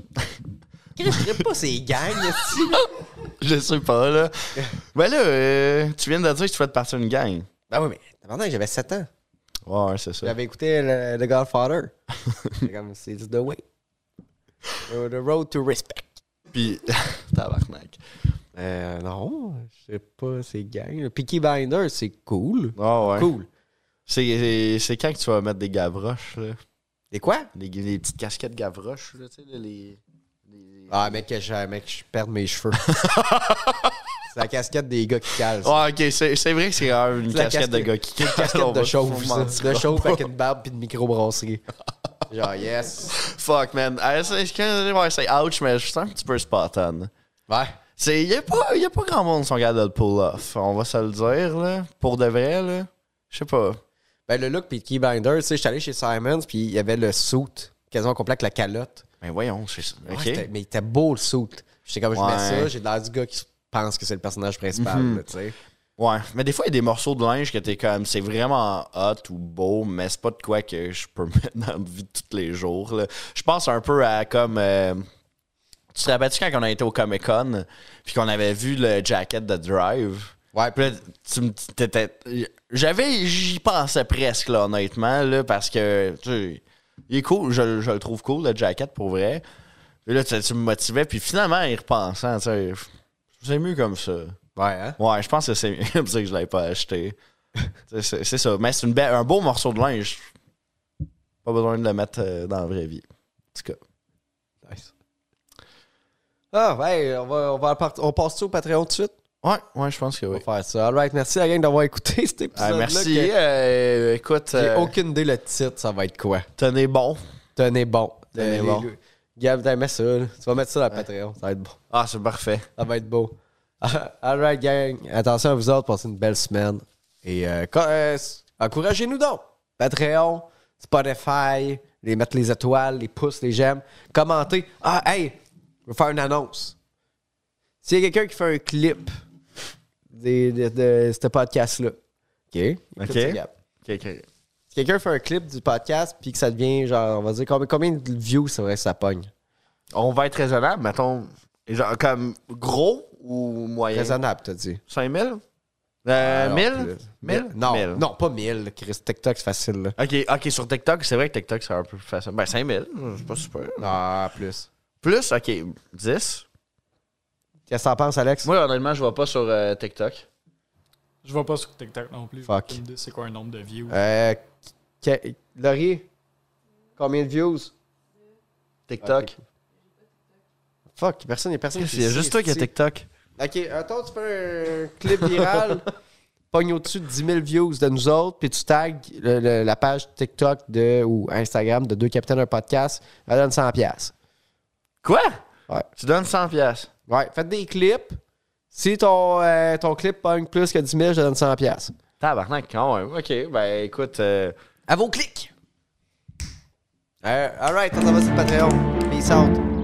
Speaker 1: Chris, je dirais pas ces gangs, esti.
Speaker 2: Je sais pas, là. Mais là, euh, tu viens de dire que tu fais partir d'une gang.
Speaker 1: Ben oui, mais pendant que j'avais 7 ans,
Speaker 2: Ouais, ouais, c'est ça.
Speaker 1: j'avais écouté le, The Godfather. C'est comme, c'est the way. Euh, The road to respect.
Speaker 2: Puis, tabarnak.
Speaker 1: Euh, non, je sais pas, c'est gang. là. Peaky Binder, c'est cool.
Speaker 2: Ah ouais.
Speaker 1: Cool.
Speaker 2: C'est- C'est c'est quand que tu vas mettre des gavroches, là?
Speaker 1: Et quoi?
Speaker 2: Les, les petites casquettes gavroches, là, tu sais, là, les... les-
Speaker 1: Ah, mec, que je, mec, je perds mes cheveux. c'est la casquette des gars qui calent. ça.
Speaker 2: Ah, ok, c'est c'est vrai que c'est euh, une
Speaker 1: C'est la
Speaker 2: casquette, de
Speaker 1: casquette-
Speaker 2: gars qui
Speaker 1: C'est une casquette de chauve, ça. De
Speaker 2: ça.
Speaker 1: chauve avec une barbe puis une microbrasserie. Genre, Ah, yes.
Speaker 2: Fuck, man. Ah, c'est- quand- ouais, c'est ouch, mais je suis un petit peu spot on.
Speaker 1: Ouais.
Speaker 2: C'est, y a pas, y a pas grand monde qui sont capables de le pull off. On va se le dire, là. Pour de vrai, là. Je sais pas.
Speaker 1: Ben, le look Peaky Binder, tu sais, je suis allé chez Simons puis il y avait le suit quasiment complet avec la calotte.
Speaker 2: Mais Ben voyons, c'est ça.
Speaker 1: Ouais,
Speaker 2: Ok.
Speaker 1: c'était- mais il était beau le suit. J'étais comme, je
Speaker 2: Ouais. Mhm.
Speaker 1: mets ça, j'ai l'air du gars qui pense que c'est le personnage principal, là, tu sais.
Speaker 2: Ouais, mais des fois, il y a des morceaux de linge que t'es comme, c'est vraiment hot ou beau, mais c'est pas de quoi que je peux mettre dans la vie de tous les jours. là. Je pense un peu à comme. euh, tu te rappelles-tu quand on a été au Comic Con, puis qu'on avait vu le jacket de Drive?
Speaker 1: Ouais,
Speaker 2: Puis là, tu me t'étais- J'avais. J'y pensais presque, là, honnêtement, là, parce que, tu sais, il est cool, je, je le trouve cool, le jacket, pour vrai. Puis là, tu, tu me motivais, puis finalement, y repensant, tu sais, c'est mieux comme ça.
Speaker 1: ouais, hein?
Speaker 2: Ouais, je pense que c'est mieux comme ça que je l'avais pas acheté. c'est c'est- c'est ça. Mais c'est une belle- un beau morceau de linge. Pas besoin de le mettre euh, dans la vraie vie. En tout cas.
Speaker 1: Nice. Ah, ouais, on va, on va part- on passe tout au Patreon tout de suite.
Speaker 2: Ouais, ouais, je pense que
Speaker 1: On
Speaker 2: oui.
Speaker 1: va faire ça. All right, merci la gang d'avoir écouté cet
Speaker 2: Ah,
Speaker 1: épisode.
Speaker 2: merci. euh, écoute,
Speaker 1: J'ai
Speaker 2: euh,
Speaker 1: aucune idée le titre, ça va être quoi.
Speaker 2: tenez bon.
Speaker 1: Tenez bon.
Speaker 2: Tenez
Speaker 1: Euh,
Speaker 2: bon.
Speaker 1: les- Gab, t'as aimé ça, là. Tu vas mettre ça dans le Patreon, ça va être bon.
Speaker 2: Ah, c'est parfait.
Speaker 1: Ça va être beau. All right, gang. Attention à vous autres. Passez une belle semaine. Et euh, co- euh, s- encouragez-nous donc. Patreon, Spotify, les mettre les étoiles, les pouces, les j'aime. Commentez. Ah, hey, je vais faire une annonce. S'il y a quelqu'un qui fait un clip des- de, de ce podcast-là, OK?
Speaker 2: Ok.
Speaker 1: Écoute ça, Gab.
Speaker 2: Ok, ok.
Speaker 1: Si quelqu'un fait un clip du podcast puis que ça devient, genre, on va dire, combien, combien de views ça vrai que ça pogne?
Speaker 2: On va être raisonnable, mettons. Genre, comme gros ou moyen
Speaker 1: Raisonnable, t'as dit.
Speaker 2: 5000 euh,
Speaker 1: Alors,
Speaker 2: 1000
Speaker 1: plus.
Speaker 2: 1000
Speaker 1: Non,
Speaker 2: 1000.
Speaker 1: non, pas 1000. Chris, TikTok, c'est facile. Là.
Speaker 2: Ok, ok, sur TikTok, c'est vrai que TikTok, c'est un peu plus facile. Ben, 5000, c'est pas super.
Speaker 1: Ah, plus.
Speaker 2: Plus, ok, 10.
Speaker 1: Qu'est-ce que t'en penses, Alex?
Speaker 2: Moi, honnêtement, je vois pas sur euh, TikTok.
Speaker 3: Je vois pas sur TikTok non plus.
Speaker 1: Fuck.
Speaker 3: Aucune idée C'est quoi un nombre de views?
Speaker 1: Euh, que- Laurie, combien de views?
Speaker 2: TikTok.
Speaker 1: Fuck, personne, il y a personne
Speaker 2: Il y a juste
Speaker 1: sait,
Speaker 2: toi qui a
Speaker 1: tu sais.
Speaker 2: TikTok.
Speaker 1: Ok, attends, tu fais un clip viral, pogne au-dessus de 10 000 views de nous autres, puis tu tags le- le- la page TikTok de, ou Instagram de Deux Capitaines, un podcast, elle donne 100$. piastres.
Speaker 2: Quoi?
Speaker 1: Ouais.
Speaker 2: Tu donnes 100 pièces.
Speaker 1: Ouais, faites des clips. Si ton, euh, ton clip pogne plus que 10 000, je te donne 100$. piastres.
Speaker 2: Tabarnak, quand même. Ok, ben écoute, euh,
Speaker 1: À vos clics! Euh, Alright, on s'en va sur le Patreon. Peace out.